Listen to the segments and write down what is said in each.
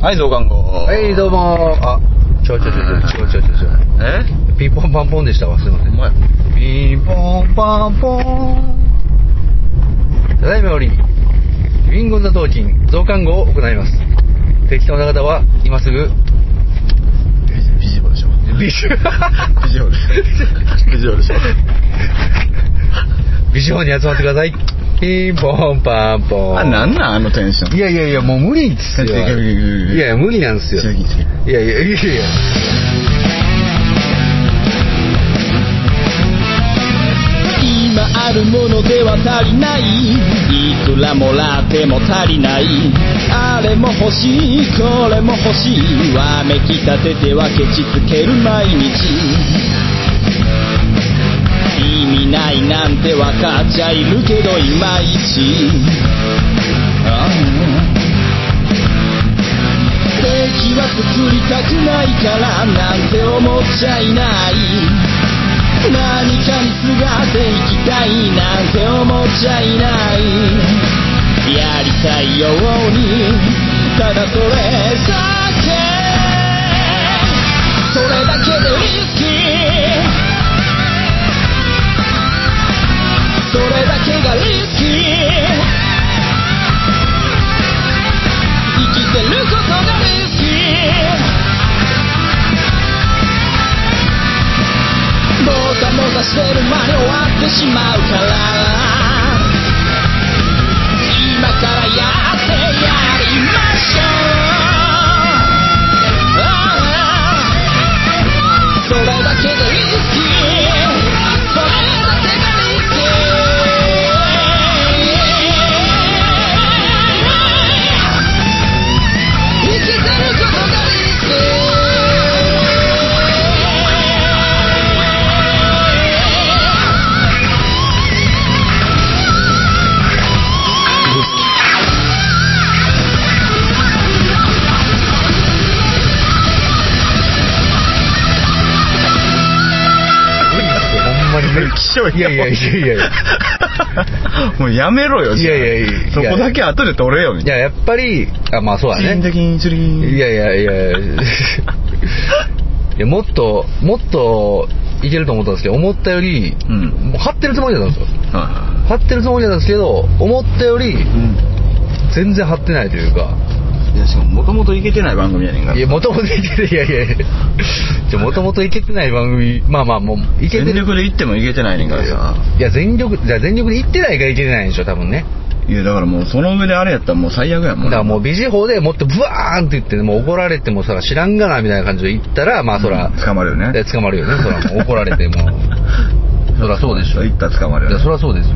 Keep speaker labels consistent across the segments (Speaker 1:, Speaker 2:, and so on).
Speaker 1: はい、増刊号。
Speaker 2: はい、どうもー。あ、ちょちょちょちょちょちょちょち
Speaker 1: え
Speaker 2: ょ。ピンポンパンポンでしたわ、すいませ
Speaker 1: お
Speaker 2: ん。
Speaker 1: 前、
Speaker 2: ピンポンパンポン。ただいまより、リンゴンザトーキン増刊号を行います。適当な方は、今すぐ、
Speaker 1: ビジオで しょ。
Speaker 2: ビジュ、
Speaker 1: ビジオでしょ。ビジオでしょ。
Speaker 2: ビジュに集まってください。ピンポンパンポン。
Speaker 1: あ、なんなんあのテンション。
Speaker 2: いやいやいや、もう無理ですよ。
Speaker 1: いやいやいやいやいや
Speaker 2: いや、無理なんですよ。
Speaker 1: 次次
Speaker 2: いやいやいやいや。
Speaker 3: 今あるものでは足りないいくらもらっても足りないあれも欲しいこれも欲しいわめきたててはケチつける毎日意味ないなんてわかっちゃいるけどいまいちああ敵は作りたくないからなんて思っちゃいない何かにすがっていきたいなんて思っちゃいないやりたいようにただそれだけそれだけでリスキーそれだけがリスキー生きてることがリスキーもたもたしてる間に終わってしまうから今からやってやりましょうああそれだけでリスキーそれだけがリスキー生きてることがリスキー
Speaker 2: 無理ですよ、ほんまに無理。
Speaker 1: 気象
Speaker 2: いやいやいやいやいや。
Speaker 1: もうやめろよ、
Speaker 2: いやいやいや
Speaker 1: じゃあそこだけ後で取れよ、み
Speaker 2: い
Speaker 1: たい
Speaker 2: や、やっぱり、あ、まあそうだ
Speaker 1: な。
Speaker 2: ね。
Speaker 1: 的に一輪
Speaker 2: いやいやいやいやもっともっといけると思ったんですけど思ったより、
Speaker 1: うん
Speaker 2: もう張ってるつもりだったんですよ
Speaker 1: は
Speaker 2: 張ってるつもりなんですけど思ったより
Speaker 1: いはいうん
Speaker 2: 全然張ってないというか
Speaker 1: いや、しかも、もともといけてない番組やねんから。
Speaker 2: いやもともといけていやいやいやじゃもともといけてない番組まあまあもういけ
Speaker 1: 全
Speaker 2: てる
Speaker 1: 力で行ってもいけてないねんからさ。
Speaker 2: いや全力じゃあ全力で行ってないからいけてないんでしょ多分ね
Speaker 1: いや、だからもう、その上であれやったらもう最悪やもん。
Speaker 2: だからもう美人法でもっとブワーンって言ってもう怒られてもさ知らんがなみたいな感じで行ったらまあそら、
Speaker 1: うん捕まるよね
Speaker 2: で捕まるよねそらもう怒られ てもうそらそうでしょ
Speaker 1: 行ったら捕まる
Speaker 2: い
Speaker 1: よね
Speaker 2: やそりゃそうですよ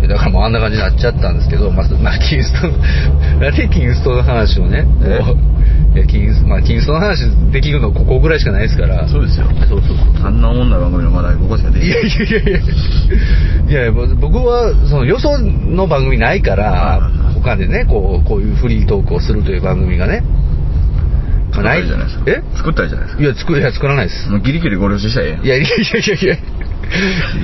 Speaker 2: いやだからもうあんな感じになっちゃったんですけど、まあ、まあキンストなんでキン ストの話をねこう
Speaker 1: え
Speaker 2: いやキンスまあキンストの話できるのここぐらいしかないですから
Speaker 1: そうですよ
Speaker 2: そうそう
Speaker 1: あんな女番組のまだここしかでき
Speaker 2: い
Speaker 1: な
Speaker 2: や
Speaker 1: い
Speaker 2: いやいやいやいや僕はそのよその番組ないから
Speaker 1: はい
Speaker 2: 他でねこうこういうフリートークをするという番組がね、ま
Speaker 1: 作っ
Speaker 2: あ
Speaker 1: たらいいじゃないですか
Speaker 2: え
Speaker 1: 作ったらいいじゃないで
Speaker 2: いや作いや作らないです
Speaker 1: すかもうギリギリご了承したらええやん
Speaker 2: いやいやいやいやいや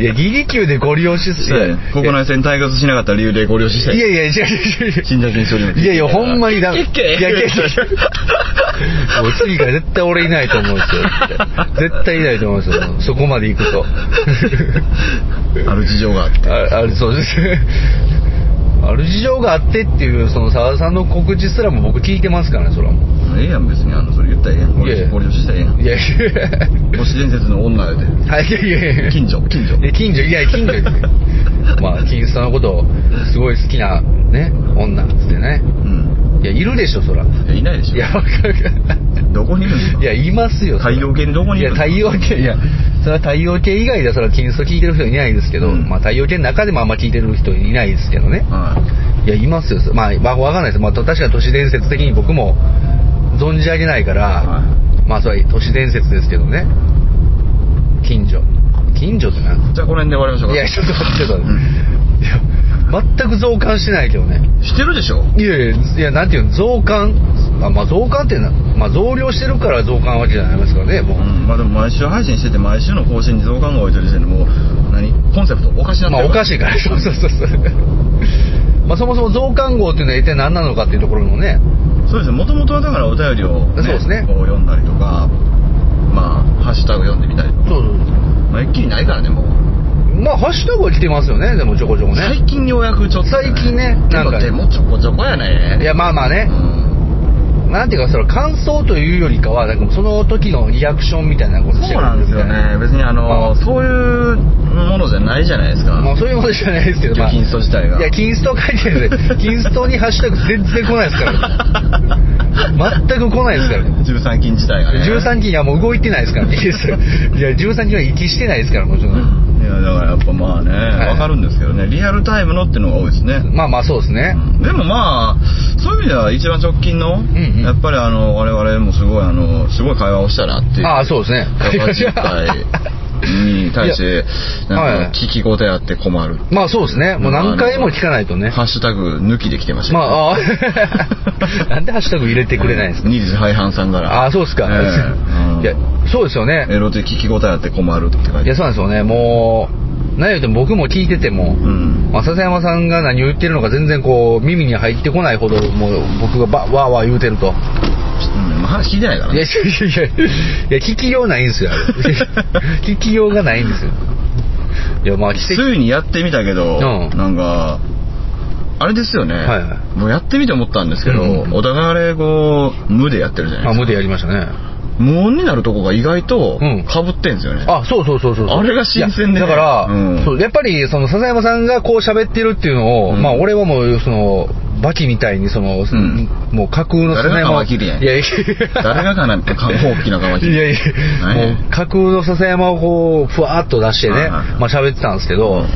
Speaker 2: いやギリ級でご利用しす
Speaker 1: そうやね国内戦退屈しなかった理由でご了承したら
Speaker 2: い
Speaker 1: ええ
Speaker 2: や
Speaker 1: やん
Speaker 2: いや、違う違う違う。
Speaker 1: 信者禁止よりも
Speaker 2: いやいや、ほんまにダメ。
Speaker 1: いけいけ
Speaker 2: いやいやいやもう次から絶対俺いないと思うんですよ。絶対いないと思うんですよ。そこまで行くと。
Speaker 1: ある事情があって
Speaker 2: ああるそうです。ある事情があってっていう、その澤田さんの告知すらも僕聞いてますからね、それはも
Speaker 1: ええやん別にあのそれ言ったらええやんご
Speaker 2: いやいや
Speaker 1: 了承したらええや
Speaker 2: う。いやいや
Speaker 1: ん都市伝説の女やで
Speaker 2: はい、いやいやいや。
Speaker 1: 近所近所
Speaker 2: いや近所いや近所ですねまあ金さんのことをすごい好きなね女っつってね
Speaker 1: うん
Speaker 2: いやいるでしょそら
Speaker 1: いやいないでし
Speaker 2: いや
Speaker 1: ょ
Speaker 2: わかる
Speaker 1: どこにいるんですか
Speaker 2: いやいますよそれ
Speaker 1: 太陽系にどこに
Speaker 2: い
Speaker 1: い
Speaker 2: や
Speaker 1: るんです
Speaker 2: 太
Speaker 1: か
Speaker 2: 陽系いやそれは太陽系以外ではそれは金スト聞いてる人いないですけど、
Speaker 1: うん
Speaker 2: まあ太陽系の中でもあんま聞いてる人いないですけどね
Speaker 1: はい
Speaker 2: やいますよそれまあわわかんないですまあ確かに都市伝説的に僕も存じ上げないから、
Speaker 1: は
Speaker 2: まあそれは都市伝説ですけどね近所近所って何
Speaker 1: いじゃあこの辺で終わりましょうか
Speaker 2: いや、ちょっと待って、ちょ
Speaker 1: う
Speaker 2: っと待って。いや、全く増刊してないけどね。
Speaker 1: してるでしょ
Speaker 2: いやいや、いや、なんていうの、増刊。あ、まあ増刊ってな、まあ増量してるから増刊わけじゃないですからね、も
Speaker 1: う
Speaker 2: う。
Speaker 1: んまあでも毎週配信してて毎週の更新に増刊が置いてる時点でもう何コンセプトおかしなって
Speaker 2: まあ
Speaker 1: る
Speaker 2: おかしい から、そうそうそうそう。まあそもそも増刊号っていうのは一体何なのかっていうところもね、
Speaker 1: そうですねもともとはだからお便りを、
Speaker 2: そうですね
Speaker 1: こう読んだりとかまあハッシュタグ読んでみたりとか、
Speaker 2: そうそう
Speaker 1: まあ、一気にないからねもう、
Speaker 2: まあハッシュタグは来てますよねでもちょこちょこね
Speaker 1: 最近ようやくちょっと
Speaker 2: 最近ね
Speaker 1: で
Speaker 2: なん
Speaker 1: も
Speaker 2: か
Speaker 1: でもちょこちょこやね
Speaker 2: いやまあまあね
Speaker 1: う、ん
Speaker 2: なんていうかその感想というよりかはなんかもうその時のリアクションみたいなこと
Speaker 1: そう
Speaker 2: して
Speaker 1: なんですよね別にあの、
Speaker 2: ま
Speaker 1: そういうものじゃないじゃないですか
Speaker 2: もうそういうことじゃないですけど、
Speaker 1: 結局金スト自体が
Speaker 2: いや、金スト書いてるんで、金ストにハッシュタグ全然来ないですから、全く来ないですからね。
Speaker 1: 13金自体がね
Speaker 2: 13金はもう動いてないですから、いいですよいや、13金は息してないですから、もちろん。
Speaker 1: いやだからやっぱまあね、
Speaker 2: い
Speaker 1: わかるんですけどねリアルタイムのってのが多いですね、
Speaker 2: まあまあ、そうですね。
Speaker 1: うんでもまあそういう意味では一番直近の、
Speaker 2: んうん
Speaker 1: やっぱりあの我々もすごいあのすごい会話をしたなっていう
Speaker 2: ああ、そうですね。
Speaker 1: 実態に対して
Speaker 2: いや
Speaker 1: なん
Speaker 2: はい
Speaker 1: か聞き応えあって困る、
Speaker 2: まあそうですね。もう何回も聞かないとね。
Speaker 1: ハッシュタグ抜きで来てました
Speaker 2: ま
Speaker 1: けど
Speaker 2: あ、ああなんでハッシュタグ入れてくれないんですか
Speaker 1: 二次廃藩さんから
Speaker 2: ああ、そうですか。
Speaker 1: ええうん
Speaker 2: いや、そうですよね。
Speaker 1: エロで聞き応えあって困るって書い
Speaker 2: い
Speaker 1: て
Speaker 2: や、そうなんですよね。もう、何よりも僕も聞いてても、
Speaker 1: うん
Speaker 2: まあ笹山さんが何を言ってるのか全然こう、耳に入ってこないほど、もう僕がばわーわー言うてると。
Speaker 1: うんまあ話聞いてないから
Speaker 2: いや、
Speaker 1: ね
Speaker 2: いやいやいや、いや聞きようないんですよ。あれ聞きようがないんですよ。いや、まあ、奇跡。
Speaker 1: ついにやってみたけど、
Speaker 2: うん
Speaker 1: なんかあれですよね、
Speaker 2: はいはい
Speaker 1: もうやってみて思ったんですけど、
Speaker 2: うんうん
Speaker 1: お互いあれこう無でやってるじゃな
Speaker 2: まあ、
Speaker 1: いで
Speaker 2: 無でやりましたね。
Speaker 1: すか無音になるとこが意外と
Speaker 2: うん
Speaker 1: かぶってんですよね、
Speaker 2: あ、そうそうそうそうそう。
Speaker 1: あれが新鮮で
Speaker 2: いやだから、
Speaker 1: うん
Speaker 2: そうやっぱり、その、笹山さんがこう喋ってるっていうのを、
Speaker 1: うん
Speaker 2: まあ、俺はもう、その、バキみたいに、その、
Speaker 1: ん
Speaker 2: もう架空の笹
Speaker 1: 誰
Speaker 2: 山
Speaker 1: が
Speaker 2: を。
Speaker 1: カマキリやん
Speaker 2: いやいや
Speaker 1: 誰がかなって観光機のカマキリ
Speaker 2: いやいや、
Speaker 1: 何や
Speaker 2: もう架空の笹山をこう、ふわーっと出して
Speaker 1: はいは
Speaker 2: ね、
Speaker 1: い
Speaker 2: まあ喋ってたんですけど、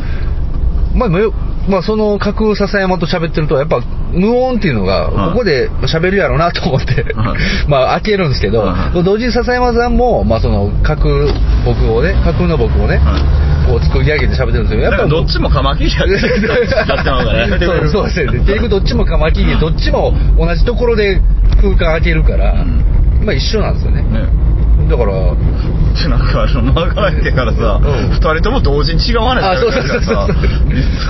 Speaker 2: まあ、むまあ、その架空笹山と喋ってると、やっぱ無音っていうの
Speaker 1: は
Speaker 2: が、
Speaker 1: い
Speaker 2: ここで喋るやろうなと思って、
Speaker 1: はい
Speaker 2: まあ、開けるんですけど
Speaker 1: はいは、い
Speaker 2: 同時に笹山さんも、まあ、その架空僕をね、架空の僕をね、
Speaker 1: は
Speaker 2: こう作り上げて喋ってるんですけど、
Speaker 1: い、
Speaker 2: や
Speaker 1: だ
Speaker 2: っ
Speaker 1: か
Speaker 2: ぱ
Speaker 1: ら
Speaker 2: り
Speaker 1: どっちもカマキリやってるやってまうからね
Speaker 2: そうそうですね。 結局どっちもカマキリ、どっちも同じところで空間開けるから、
Speaker 1: うん
Speaker 2: まあ一緒なんですよね。
Speaker 1: ね
Speaker 2: だから、
Speaker 1: ってなんかあの間が空いてからさ、
Speaker 2: うん
Speaker 1: 二人とも同時に違う話
Speaker 2: あそう
Speaker 1: し
Speaker 2: そう
Speaker 1: て
Speaker 2: そう
Speaker 1: る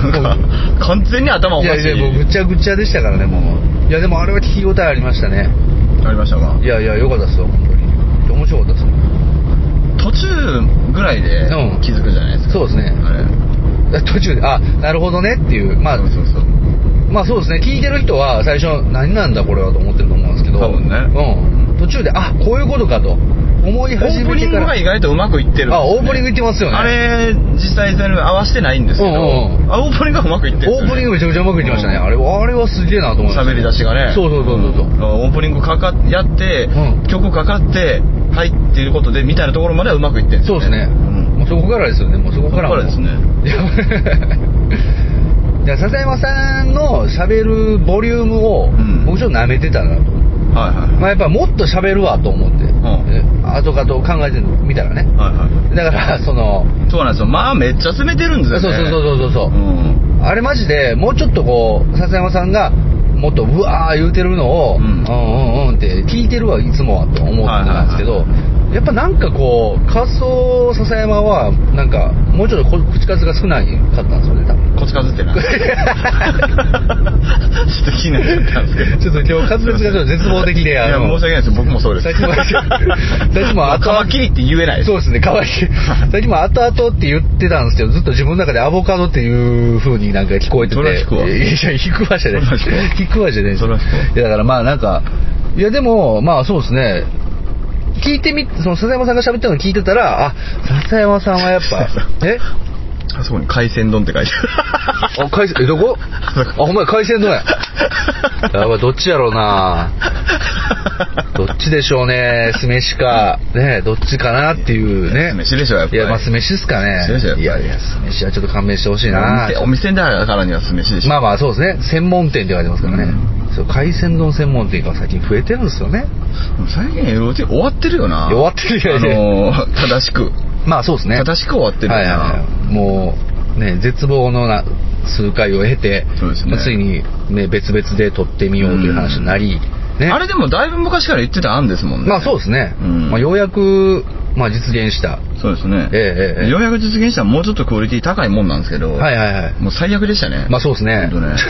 Speaker 2: そう
Speaker 1: からさなんか完全に頭お
Speaker 2: い
Speaker 1: か
Speaker 2: や
Speaker 1: しい
Speaker 2: いや、もうぐちゃぐちゃでしたからね、もう。いや、でもあれは聞き応えありましたね。
Speaker 1: ありましたか
Speaker 2: いやいや、良かったですよ、本当に。面白かったですよ。
Speaker 1: 途中ぐらいで
Speaker 2: うん
Speaker 1: 気づくじゃないですか、
Speaker 2: そうですね。
Speaker 1: あれ
Speaker 2: 途中で、あ、なるほどねっていう。まあ
Speaker 1: そ、うそうそう
Speaker 2: まあそうですね。聞いてる人は最初、何なんだこれはと思ってると思うんですけど。
Speaker 1: 多分ね
Speaker 2: うん。途中で、あ、こういうことかと思い
Speaker 1: オ
Speaker 2: 始
Speaker 1: ープ
Speaker 2: め
Speaker 1: ニ
Speaker 2: て
Speaker 1: ング
Speaker 2: から。
Speaker 1: が意外とうまくいってるんですね、
Speaker 2: あ、オープニングいってますよね。
Speaker 1: あれ実際それ合わせてないんですけど、
Speaker 2: うんうんうん
Speaker 1: あオープニングがうまくいってるんですよ
Speaker 2: オ
Speaker 1: ね
Speaker 2: ープニングめちゃくちゃうまくいってましたね。
Speaker 1: うん
Speaker 2: あれは、あれはすげえなと思いました。
Speaker 1: 喋り出しがね
Speaker 2: そうそうそうそうそう。
Speaker 1: んオープニングかかっやって、
Speaker 2: うん
Speaker 1: 曲かかって入っていうことでみたいなところまではうまくいってるんです
Speaker 2: そう
Speaker 1: よ
Speaker 2: ですね。
Speaker 1: うん
Speaker 2: もうそこからですよね。もうそこからも
Speaker 1: そこからですね。
Speaker 2: い やいや、笹山さんの喋るボリュームを
Speaker 1: ん、
Speaker 2: 僕ちょっと舐めてたなと。
Speaker 1: はいはい
Speaker 2: まあやっぱもっと喋るわと思って、
Speaker 1: ん
Speaker 2: え後かと考えてみたらね。
Speaker 1: はいはい
Speaker 2: だから、その、
Speaker 1: そうなんですよ。まあ、めっちゃ詰めてるんです
Speaker 2: そう
Speaker 1: よね。
Speaker 2: そうそう
Speaker 1: う
Speaker 2: そうそう。
Speaker 1: ん。
Speaker 2: あれマジで、もうちょっとこう、笹山さんが、もっとうわー言うてるのを、
Speaker 1: う
Speaker 2: うんん、うんうんって聞いてるわ、いつもはと思ってたんですけど、
Speaker 1: はいはい
Speaker 2: やっぱなんかこう、仮想笹山は、なんか、もうちょっとこ口数が少ないかったんですよね、多分。
Speaker 1: こっちかずって な。ちょっと気になっちゃったんですけど。
Speaker 2: ちょっと今日滑舌がちょっと絶望的で
Speaker 1: い
Speaker 2: あ
Speaker 1: や、
Speaker 2: の
Speaker 1: 申し訳ないです。僕もそうです。
Speaker 2: 最近も最近も
Speaker 1: もう
Speaker 2: 後々
Speaker 1: カマキリって言えないです
Speaker 2: そうですね、かわ いい。最近も後々って言ってたんですけど、ずっと自分の中でアボカドっていう風になんか聞こえて
Speaker 1: そ
Speaker 2: て。
Speaker 1: れは引くわ
Speaker 2: いやいや、引くわじゃない。
Speaker 1: それは引くわ
Speaker 2: 引くわじゃないです。
Speaker 1: それは引くわ
Speaker 2: いや、だからまあなんか、いやでも、まあそうですね。聞いてみ、その笹山さんが喋ってるのを聞いてたら、あ、笹山さんはやっ ぱ、え
Speaker 1: あそこに海鮮丼って書いてある。
Speaker 2: あ、海鮮、え、ど こあ、ほんまや海鮮丼や。やばい、どっちやろうなどっちでしょうね、酢飯か、ね、どっちかなっていうね。
Speaker 1: 酢飯でしょやっぱり
Speaker 2: いや、まあ酢飯っすかね。
Speaker 1: 酢飯やっぱり
Speaker 2: いやいや、酢飯はちょっと勘弁してほしい
Speaker 1: お
Speaker 2: な
Speaker 1: 店お店だからには酢飯でしょ。
Speaker 2: まあまあそうですね、専門店って言われてますからね。
Speaker 1: う
Speaker 2: そう海鮮丼専門店が最近増えてるんですよね。
Speaker 1: でも最近 LOT 終わってるよな。
Speaker 2: 終わってるよね
Speaker 1: あのー、正しく。
Speaker 2: まあそうですね。
Speaker 1: 正しく終わってるよな
Speaker 2: はいはいはい。もう、ね、絶望のな数回を経て、
Speaker 1: そうですね
Speaker 2: ついに、ね、別々で撮ってみようという話になり、ね。
Speaker 1: あれでもだいぶ昔から言ってた案ですもんね。
Speaker 2: まあそうですね。
Speaker 1: うん
Speaker 2: まあようやく、まあ実現した。
Speaker 1: そうですね。
Speaker 2: ええええええ
Speaker 1: ようやく実現したらもうちょっとクオリティ高いもんなんですけど、
Speaker 2: はいはいはい。
Speaker 1: もう最悪でしたね。
Speaker 2: まあそうですね
Speaker 1: 本当ね。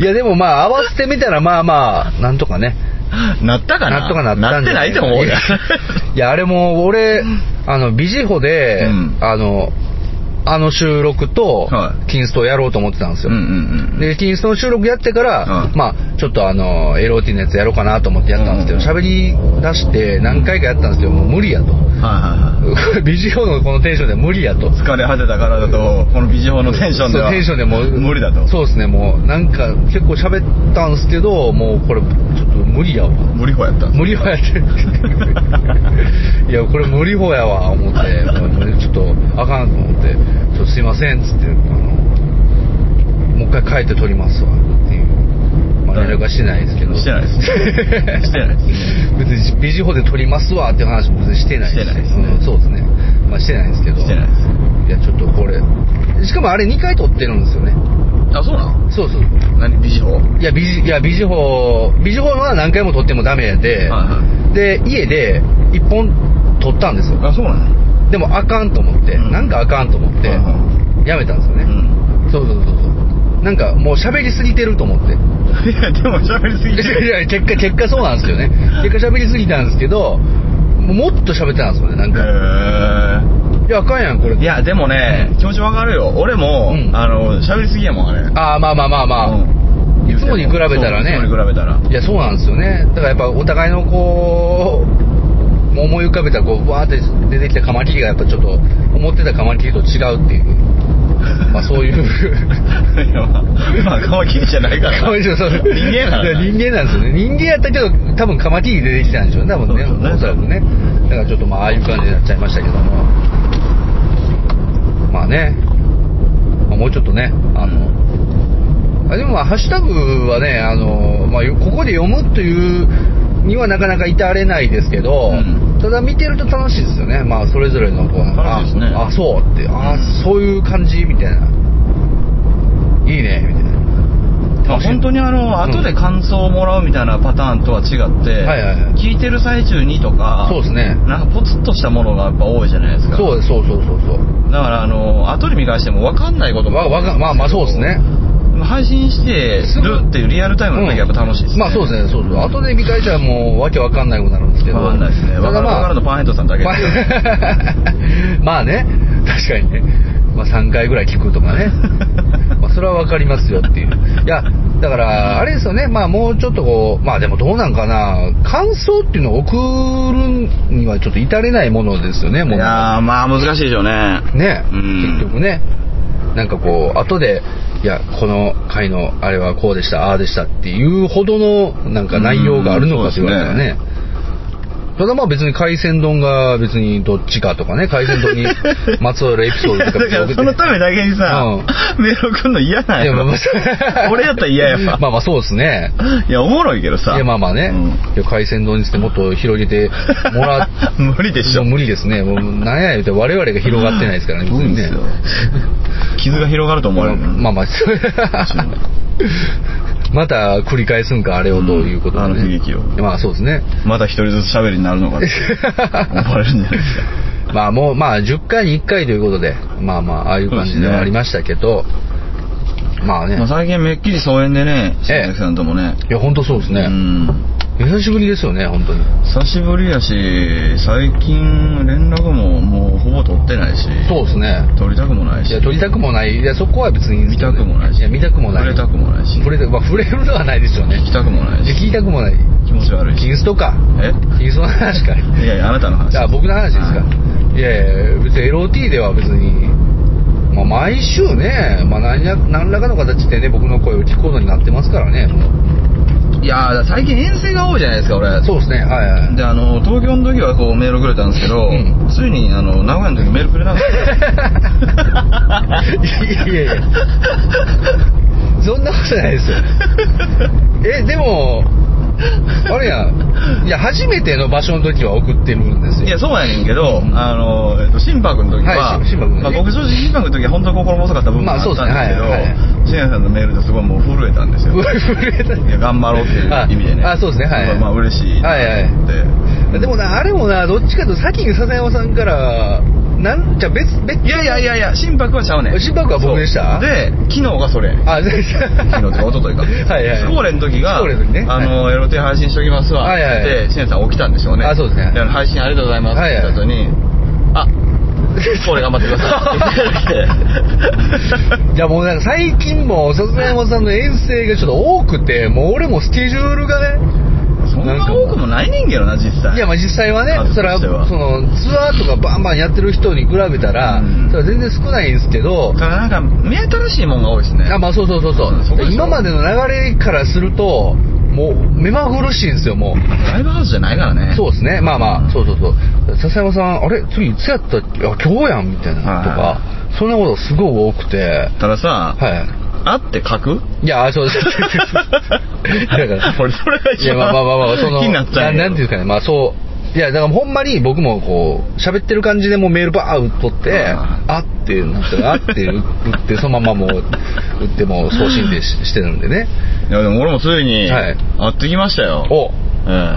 Speaker 2: いやでもまあ合わせてみたらまあまあなんとかね
Speaker 1: なったかな
Speaker 2: なんとかなったんじ
Speaker 1: て
Speaker 2: ゃ
Speaker 1: ないと思うよ
Speaker 2: いや いやあれも俺あのビジホで、
Speaker 1: うん
Speaker 2: あのあの収録と、
Speaker 1: はい
Speaker 2: キンストをやろうと思ってたんで す
Speaker 1: うん
Speaker 2: よ、
Speaker 1: うんうん
Speaker 2: で、キンストの収録やってから、
Speaker 1: うん
Speaker 2: まあ、ちょっとあの、LOT のやつやろうかなと思ってやったんですけど、
Speaker 1: うんうん
Speaker 2: 喋、り出して何回かやったんですけど、もう無理やと。
Speaker 1: はいはいは
Speaker 2: ビジオのこのテンションでは無理やと。
Speaker 1: い疲れ果てた体とこのビジホのテンションで
Speaker 2: そう
Speaker 1: は
Speaker 2: テンションでもう
Speaker 1: 無理だと
Speaker 2: そうですね、もう、なんか結構喋ったんですけど、もうこれ、ちょっと無理やわ。
Speaker 1: 無理法やった
Speaker 2: 無理法やってるいやこれ無理法やわ思ってもうちょっとあかんと思って「ちょっとすいません」っつってあのもう一回帰って撮りますわっていう、まあ、連絡はしてないですけど
Speaker 1: してないです ね してないですね
Speaker 2: 別にビジホで撮りますわっていう話も別にしてない
Speaker 1: してないですね
Speaker 2: うんそうですねまあしてないんですけど
Speaker 1: してないです
Speaker 2: いやちょっとこれしかもあれ2回撮ってるんですよね
Speaker 1: あそうなの
Speaker 2: そうそう
Speaker 1: 何ビジホはい
Speaker 2: やビジいやビジホビジホは何回も撮ってもダメで、
Speaker 1: は
Speaker 2: で家で1本取ったんです
Speaker 1: い
Speaker 2: よ
Speaker 1: あそうなの
Speaker 2: でもあかんと思って、
Speaker 1: うん
Speaker 2: なんかあかんと思って、
Speaker 1: はいは
Speaker 2: やめたんですよ
Speaker 1: う
Speaker 2: ね、
Speaker 1: ん
Speaker 2: そうそうそうそうなんかもう喋りすぎてると思って
Speaker 1: いやでも喋りすぎて
Speaker 2: い
Speaker 1: る
Speaker 2: やいや結果結果そうなんですよね 結果喋りすぎたんですけどもっと喋ってたんですよねなんか
Speaker 1: へー
Speaker 2: 「いやあかんやんこれ
Speaker 1: い」やでもね気持ちわかるよ俺も、
Speaker 2: うん
Speaker 1: あの喋りすぎやもんあれ
Speaker 2: ああまあまあまあまあ、
Speaker 1: うん
Speaker 2: いつもに比べたらね
Speaker 1: そういつもに比べたら
Speaker 2: いやそうなんですよねだからやっぱお互いのこう思い浮かべたこうわーって出てきたカマキリがやっぱちょっと思ってたカマキリと違うっていう まあそういう
Speaker 1: いやまあまあカマキリじゃないから
Speaker 2: カマキリそう
Speaker 1: 人間やから
Speaker 2: いや人間なんですよね人間やったけど多分カマキリ出てきたんでしょうね多分ね
Speaker 1: そうそうね
Speaker 2: おそらくねだからちょっとまあああいう感じになっちゃいましたけどもまあね、まあもうちょっとねあの、あでもまあハッシュタグはね、あのまあ、よここで読むというにはなかなか至れないですけど、
Speaker 1: うん
Speaker 2: ただ見てると楽しいですよね、まあ、それぞれのこう
Speaker 1: 楽しいですね
Speaker 2: ああそうってあ、
Speaker 1: うん
Speaker 2: そういう感じみたいな、いいねみたいな、
Speaker 1: まあ本当にあの
Speaker 2: うん
Speaker 1: 後で感想をもらうみたいなパターンとは違って、
Speaker 2: はいはいはい
Speaker 1: 聞いてる最中にとか
Speaker 2: そうですね、
Speaker 1: なんかポツッとしたものがやっぱ多いじゃないですか
Speaker 2: そうそうそうそうそう、
Speaker 1: だからあの後で見返しても分かんないことも
Speaker 2: わわかまあまあそうですね、
Speaker 1: 配信して
Speaker 2: すぐ
Speaker 1: るっていうリアルタイムの時がやっぱ楽しいですね、
Speaker 2: まあそうですね、そうそう、後で見返したらもうわけわかんないことになるんですけど、
Speaker 1: 分かんないですね
Speaker 2: た
Speaker 1: 分か
Speaker 2: だ
Speaker 1: る
Speaker 2: ま
Speaker 1: 分
Speaker 2: あ
Speaker 1: かるのパンヘッドさんだけ
Speaker 2: まあ まあね確かにね、まあ、3回ぐらい聞くとか ねまあそれは分かりますよっていういやだからあれですよねまあもうちょっとこうまあでもどうなんかな感想っていうのを送るにはちょっと至れないものですよねも
Speaker 1: いうやーまあ難しいでしょうね
Speaker 2: ね、
Speaker 1: うん
Speaker 2: 結局ねなんかこう後でいやこの回のあれはこうでしたああでしたっていうほどのなんか内容があるのかって言われたらねただまあ別に海鮮丼が別にどっちかとかね海 鮮丼にまつわるエピソード
Speaker 1: だか
Speaker 2: とか別に送っ
Speaker 1: ら
Speaker 2: て
Speaker 1: そのためだけにさ、メール送るの嫌なん
Speaker 2: い
Speaker 1: や
Speaker 2: やま
Speaker 1: ろ
Speaker 2: あまあ
Speaker 1: 俺やったら嫌やわ
Speaker 2: まあまあそうですね
Speaker 1: いやおもろいけどさ
Speaker 2: いやまあまあね、いや海鮮丼にしてもっと広げてもらっ
Speaker 1: うん無理でしょ
Speaker 2: もう無理ですねもうなんや言うて我々が広がってないですからね別
Speaker 1: そう
Speaker 2: に
Speaker 1: で
Speaker 2: ね
Speaker 1: すよ傷が広がると思われるの
Speaker 2: まあまあ、 また繰り返すんか、あれをということで、ね
Speaker 1: うんあの悲劇を
Speaker 2: まあそうですね。
Speaker 1: また一人ずつ喋りになるのかって 思われるんじゃないですか
Speaker 2: まあもう、まあ10回に1回ということで、まあまあ、ああいう感じではありましたけど、まあね、
Speaker 1: まあ最近めっきり疎遠でね
Speaker 2: ええ
Speaker 1: 新崎さんともね
Speaker 2: いや、本当そうです
Speaker 1: う
Speaker 2: ね。
Speaker 1: ん
Speaker 2: 久しぶりですよね、本当に。
Speaker 1: 久しぶりやし最近連絡ももうほぼ取ってないし
Speaker 2: そうですね。
Speaker 1: 取りたくもない
Speaker 2: い
Speaker 1: し
Speaker 2: や、撮りたくもない。いや、そこは別にいいですけどね、
Speaker 1: 見たくもないし
Speaker 2: いや、見たくもない。
Speaker 1: 触れたくもないし
Speaker 2: 触れたまあ触れるのはないですよね。
Speaker 1: 聞きたくもない
Speaker 2: いや
Speaker 1: し
Speaker 2: 聞いたくもない。
Speaker 1: 気持ち悪い
Speaker 2: キ
Speaker 1: し
Speaker 2: ンストか。
Speaker 1: え
Speaker 2: キンストの話か。
Speaker 1: いやいやあなたの話
Speaker 2: あ僕の話ですか、い、やいや別に LOT では別に、まあ、毎週ね、まあ、何ら何らかの形でね僕の声を聞くことになってますからねも
Speaker 1: いやー最近遠征が多いじゃないですか俺
Speaker 2: うそうですねはい はい
Speaker 1: であの東京の時はこうメールくれたんですけど、
Speaker 2: うん
Speaker 1: ついにあの名古屋の時メールくれ なかった
Speaker 2: いやいやいやそんなことないですよえでもあれやんいや初めての場所の時は送ってるんですよ
Speaker 1: いや、そうやねんけど、あの、えっと、新泊の時は、
Speaker 2: はい新新泊の時
Speaker 1: まあ、僕正直新泊の時は本当に心細かった部分もあ
Speaker 2: まあ
Speaker 1: っ
Speaker 2: そうで
Speaker 1: た
Speaker 2: すねは
Speaker 1: ん
Speaker 2: い
Speaker 1: ですけど、新谷さんのメールですごいもう震えたん ですよ。
Speaker 2: 震えた
Speaker 1: いや頑張ろうっていう意味でね。
Speaker 2: ああそうですね はい
Speaker 1: まあまあ、嬉しいなと思って。
Speaker 2: でもなあれもなどっちかというと先に笹山さんからなんじゃあ別別
Speaker 1: いやいやいやいや心拍はちゃうねん
Speaker 2: 心拍は僕でした
Speaker 1: そうで昨日がそれ
Speaker 2: あ全然
Speaker 1: 昨日とか一昨日か
Speaker 2: はいはい
Speaker 1: スコーレの時が
Speaker 2: スコーレの時ね
Speaker 1: あの、エロテ配信しときますわ」っ
Speaker 2: はいはい
Speaker 1: て言ってしんやさん起きたんでしょうね
Speaker 2: あそうですね
Speaker 1: あの配信ありがとうございます」って言った後に「あスコーレ頑張ってください」って言 って
Speaker 2: いやもうなんか最近も笹山さんの遠征がちょっと多くてもう俺もスケジュールがね
Speaker 1: そんな多くもないねんけどな実際
Speaker 2: いやまあ実際はね
Speaker 1: 数とし
Speaker 2: そ
Speaker 1: て
Speaker 2: れは
Speaker 1: は
Speaker 2: そのツアーとかバンバンやってる人に比べたら
Speaker 1: うん
Speaker 2: それは全然少ないんですけど
Speaker 1: ただなんか目新しいもんが多いですね
Speaker 2: あまあそうそうそう
Speaker 1: うん
Speaker 2: そ
Speaker 1: そうこでしょ
Speaker 2: 今までの流れからするともう目まぐるしいんですよもう
Speaker 1: ライブハウスじゃないからね
Speaker 2: そうですねまあま
Speaker 1: う
Speaker 2: あ
Speaker 1: ん
Speaker 2: そうそうそう笹山さんあれ次いつやったっけあ今日やんみたいなと
Speaker 1: は
Speaker 2: かそんなことすごい多くて
Speaker 1: たださ
Speaker 2: はい
Speaker 1: 「あ」って書く
Speaker 2: いや、そうです だから、
Speaker 1: 俺それが一番
Speaker 2: いや、まあまあまあまあ、その、
Speaker 1: 気になっちゃうよ
Speaker 2: なんていうんですかね、まあそう、いや、だからほんまに僕もこう、喋ってる感じでもうメールバーッ打っとって、
Speaker 1: あ
Speaker 2: あってなったら、あって打 って、そのままもう、打ってもう送信でししてるんでね。
Speaker 1: いやでも俺もついに
Speaker 2: はい
Speaker 1: 会ってきましたよ
Speaker 2: お、
Speaker 1: うん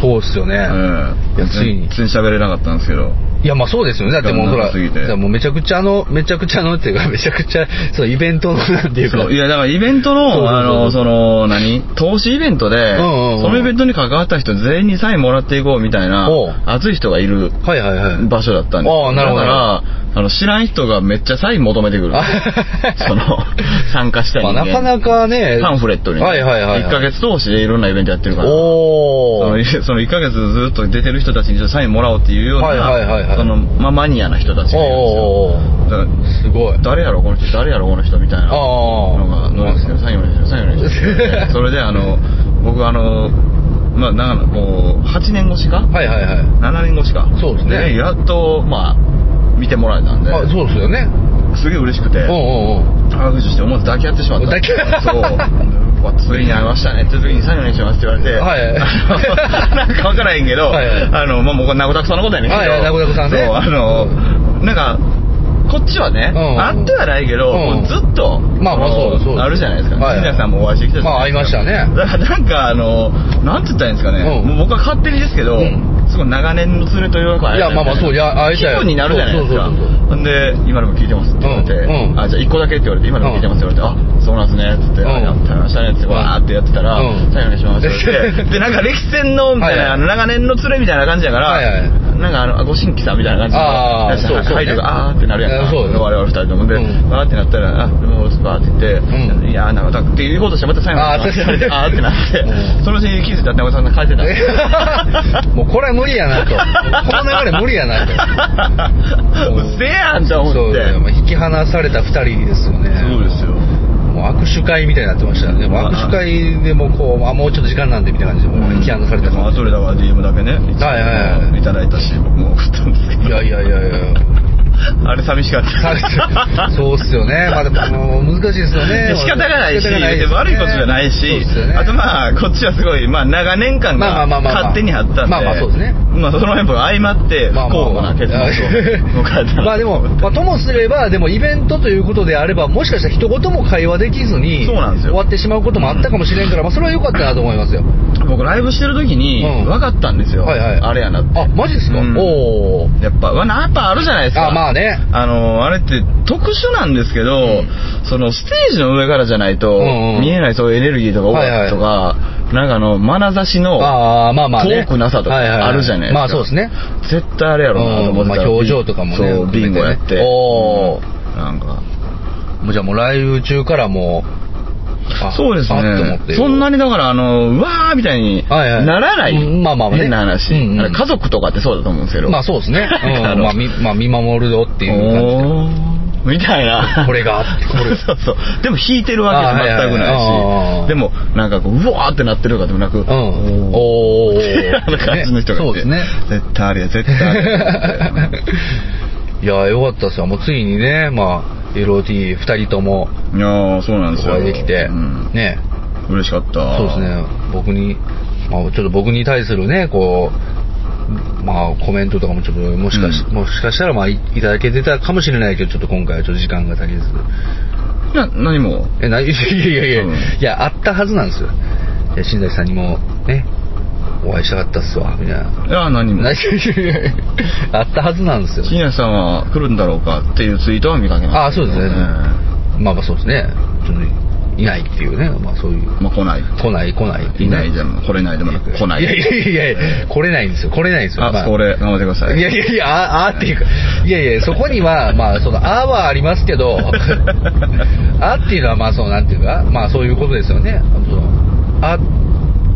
Speaker 2: そうっすよね。
Speaker 1: うん
Speaker 2: いやついに
Speaker 1: 全然喋れなかったんですけど
Speaker 2: いや、まあそうですよね。だってもう、ほら、
Speaker 1: 時間長すぎて
Speaker 2: だからもうめちゃくちゃあの、めちゃくちゃあのっていうか、めちゃくちゃ、そう、イベントの なんていうか。
Speaker 1: そういやだからイベント
Speaker 2: そうそうそう
Speaker 1: のあのその何投資イベントで
Speaker 2: んうんうん
Speaker 1: そのイベントに関わった人全員にサインもらっていこうみたいな
Speaker 2: おう
Speaker 1: 熱い人がいる
Speaker 2: はいはいはい。
Speaker 1: 場所だったんです
Speaker 2: ああなるほど
Speaker 1: だからあの知らん人がめっちゃサイン求めてくる
Speaker 2: あ
Speaker 1: その 参加した人
Speaker 2: まあ、
Speaker 1: 間
Speaker 2: なかなかね、
Speaker 1: パンフレットにね
Speaker 2: はいはいはい、はい。
Speaker 1: 1ヶ月通しでいろんなイベントやってるから
Speaker 2: お
Speaker 1: そ
Speaker 2: お
Speaker 1: のいその1ヶ月ずっと出てる人たちにちょっとサインもらおうっていうような、
Speaker 2: はいはいはいはい
Speaker 1: その、まあ、マニアな人たちがいるんですよ。
Speaker 2: おー
Speaker 1: だから
Speaker 2: すごい
Speaker 1: 誰やろこの人、誰やろこの人みたいな
Speaker 2: あー
Speaker 1: のが乗るんですけど、サインお願いします、サインお願いしま す。それで、あの、僕あの、まあ、なんかこう、8年越しか
Speaker 2: はいはいはい
Speaker 1: ?7 年越しか。
Speaker 2: そうですね
Speaker 1: やっと、まあ、見てもらえたんで、
Speaker 2: あそうですよね
Speaker 1: すげえ嬉しくて、
Speaker 2: うんうん
Speaker 1: 高くして思わず抱き合ってしまった
Speaker 2: 抱き
Speaker 1: そううわついに会いましたねって時に「サインお願いします」って言われて、
Speaker 2: はい
Speaker 1: あのなんか分からへんけど、
Speaker 2: はい
Speaker 1: あのまあもうこれ名古たくさんのことやねんけど、
Speaker 2: はいはい名古たくさんね
Speaker 1: そうあのなんかこっちはね、
Speaker 2: うんうん
Speaker 1: あってはないけど、
Speaker 2: う
Speaker 1: も
Speaker 2: ん
Speaker 1: うずっと、
Speaker 2: まあまあそうですそうです
Speaker 1: あるじゃないですか、
Speaker 2: はい
Speaker 1: 陣内さんもお会いしてきたじゃないですか
Speaker 2: まあ会いましたね
Speaker 1: だからなんかあのなんて言ったらいいんですかね、
Speaker 2: うん
Speaker 1: もう僕は勝手にですけど、
Speaker 2: うん
Speaker 1: すごい長年の連れというわけはい
Speaker 2: やまあまあそういや会えた
Speaker 1: 気
Speaker 2: よ
Speaker 1: 分になるじゃないですか
Speaker 2: そうそうそうそう
Speaker 1: ほんで「今でも聞いてます」って言われて「
Speaker 2: うんうん
Speaker 1: あじゃあ1個だけ」って言われて「今でも聞いてます」って言われて「あそうなんすね」っつって「
Speaker 2: うん
Speaker 1: あやってましたね」っつってわーってやってたら
Speaker 2: う
Speaker 1: 「
Speaker 2: ん
Speaker 1: 最後にします」って言われ てでなんか歴戦のみたい
Speaker 2: はいはい
Speaker 1: なあの長年の連れみたいな感じやから
Speaker 2: はいはい
Speaker 1: なんかあのあご新規さんみたいな感じ
Speaker 2: あーそうそう
Speaker 1: 入
Speaker 2: ね
Speaker 1: るあーってなるやん
Speaker 2: あ
Speaker 1: か
Speaker 2: そうです
Speaker 1: 我々二人ともで
Speaker 2: うん
Speaker 1: わーってなったら「あでもわーって言っ
Speaker 2: う
Speaker 1: て「いやーなんかっていうことしてまた最後
Speaker 2: あー
Speaker 1: にしますって言 われてあ
Speaker 2: あ
Speaker 1: ーってなって
Speaker 2: うん
Speaker 1: そのうちに気づいたら長さんが帰ってたんですよ
Speaker 2: もうこれは無理やなとこの流れ無理やな
Speaker 1: うっせえやんと
Speaker 2: と
Speaker 1: 思
Speaker 2: そう
Speaker 1: って
Speaker 2: もう引き離された二人ですよね
Speaker 1: そうですよ
Speaker 2: もう握手会みたいになってましたよねもう握手会でもうこうあもうちょっと時間なんでみたいな感じでもう引き離された
Speaker 1: でも
Speaker 2: 感
Speaker 1: アトレだから DM だけねいつも
Speaker 2: はいはいはい
Speaker 1: ただいたし僕も送ったんですけど
Speaker 2: じいやいやいやいや
Speaker 1: あれ寂しか った
Speaker 2: そうっすよねまあでももう難しいですよね
Speaker 1: で 仕方がないし
Speaker 2: 仕方がないです
Speaker 1: で
Speaker 2: ね
Speaker 1: も悪いことじゃない
Speaker 2: そう
Speaker 1: し
Speaker 2: っすよね
Speaker 1: あとまあこっちはすごいまあ長年間
Speaker 2: まあ
Speaker 1: が
Speaker 2: まあまあまあ
Speaker 1: 勝手にあったんで
Speaker 2: まあまあそうですね
Speaker 1: まあその辺も相まって不
Speaker 2: まあまあ
Speaker 1: 幸な結末を迎えた
Speaker 2: まあでも、まあ、ともすればでもイベントということであればもしかしたら一言も会話できずに
Speaker 1: そうなんですよ
Speaker 2: 終わってしまうこともあったかもしれんから、まあ、それは良かったなと思いますよ
Speaker 1: 僕ライブしてる時に
Speaker 2: うん
Speaker 1: 分かったんですよ
Speaker 2: はいはい
Speaker 1: あれやなって
Speaker 2: あマジですか、
Speaker 1: うん
Speaker 2: おお
Speaker 1: やっぱわなやっぱあるじゃないですか
Speaker 2: あまあね
Speaker 1: あのあれって特殊なんですけど、そのステージの上からじゃないと、
Speaker 2: うんうん
Speaker 1: 見えないそういうエネルギーとか音
Speaker 2: はいはい
Speaker 1: 楽とか、なんかあの眼差しの
Speaker 2: ああまあまあ、ね、
Speaker 1: 遠くなさとか
Speaker 2: はいはいはい
Speaker 1: あるじゃないですか
Speaker 2: まあそうですね
Speaker 1: 絶対あれやろうなと思ってたら
Speaker 2: うんまあ表情とかもね
Speaker 1: そうビンゴやって、
Speaker 2: おー
Speaker 1: うんなんか
Speaker 2: もうじゃあもうライブ中からもうあ
Speaker 1: そうです
Speaker 2: あって思って
Speaker 1: ねそんなにだからあのうわーみたいに
Speaker 2: はいはい
Speaker 1: ならない、
Speaker 2: うんまあまあね
Speaker 1: 変な話、
Speaker 2: うんうん
Speaker 1: あれ家族とかってそうだと思うんですけど
Speaker 2: まあそうですね、う ん
Speaker 1: あの
Speaker 2: まあ、みまあ見守るよっていう感じで
Speaker 1: おーみたいな。
Speaker 2: これがあってこ れ
Speaker 1: そうそう。でも弾いてるわけじゃ全く
Speaker 2: あはいはいあ
Speaker 1: ない
Speaker 2: ー
Speaker 1: し、でもなんかこう、うわーってなってるとかでもなく、
Speaker 2: う
Speaker 1: お
Speaker 2: ん
Speaker 1: ー。
Speaker 2: おお
Speaker 1: あの感じの人がいて、
Speaker 2: そうですね
Speaker 1: 絶対あれや、絶対あれや。
Speaker 2: いやよかったですよもうついにねまあ LOT2 人とも
Speaker 1: いやーそうなん
Speaker 2: お
Speaker 1: ですよ。
Speaker 2: 会いできて、
Speaker 1: うん
Speaker 2: ね
Speaker 1: 嬉しかった。
Speaker 2: そうですね僕に、まあ、ちょっと僕に対するねこうまあコメントとかもちょっともしかし、
Speaker 1: うん
Speaker 2: もしかしたらまあいいただけてたかもしれないけどちょっと今回はちょっと時間が足りず
Speaker 1: いや、何も。
Speaker 2: え ないいやいやいやいや、
Speaker 1: うん
Speaker 2: いやあったはずなんですよいや新崎さんにもねお会いしたかったっすわみたいない
Speaker 1: や何も
Speaker 2: 何あったはずなんですよ
Speaker 1: 金谷さんは来るんだろうかっていうツイートは見かけました
Speaker 2: ああそうですね
Speaker 1: え
Speaker 2: まあまあそうですねちょっといないっていうねまあそういう
Speaker 1: えまあ来ない
Speaker 2: 来ない来ないって
Speaker 1: いう
Speaker 2: ね
Speaker 1: ないでも来れないでもなく来ない
Speaker 2: いやいやいやいや来れないんですよ来れないんですよま
Speaker 1: あそれ頑張ってください
Speaker 2: いやいやいや、ああーっていうか、いやいや、そこには、まあ、その、あーはありますけ ど、あっていうのは、まあ、その、なんていうか、まあ、そういうことですよね。そのあ、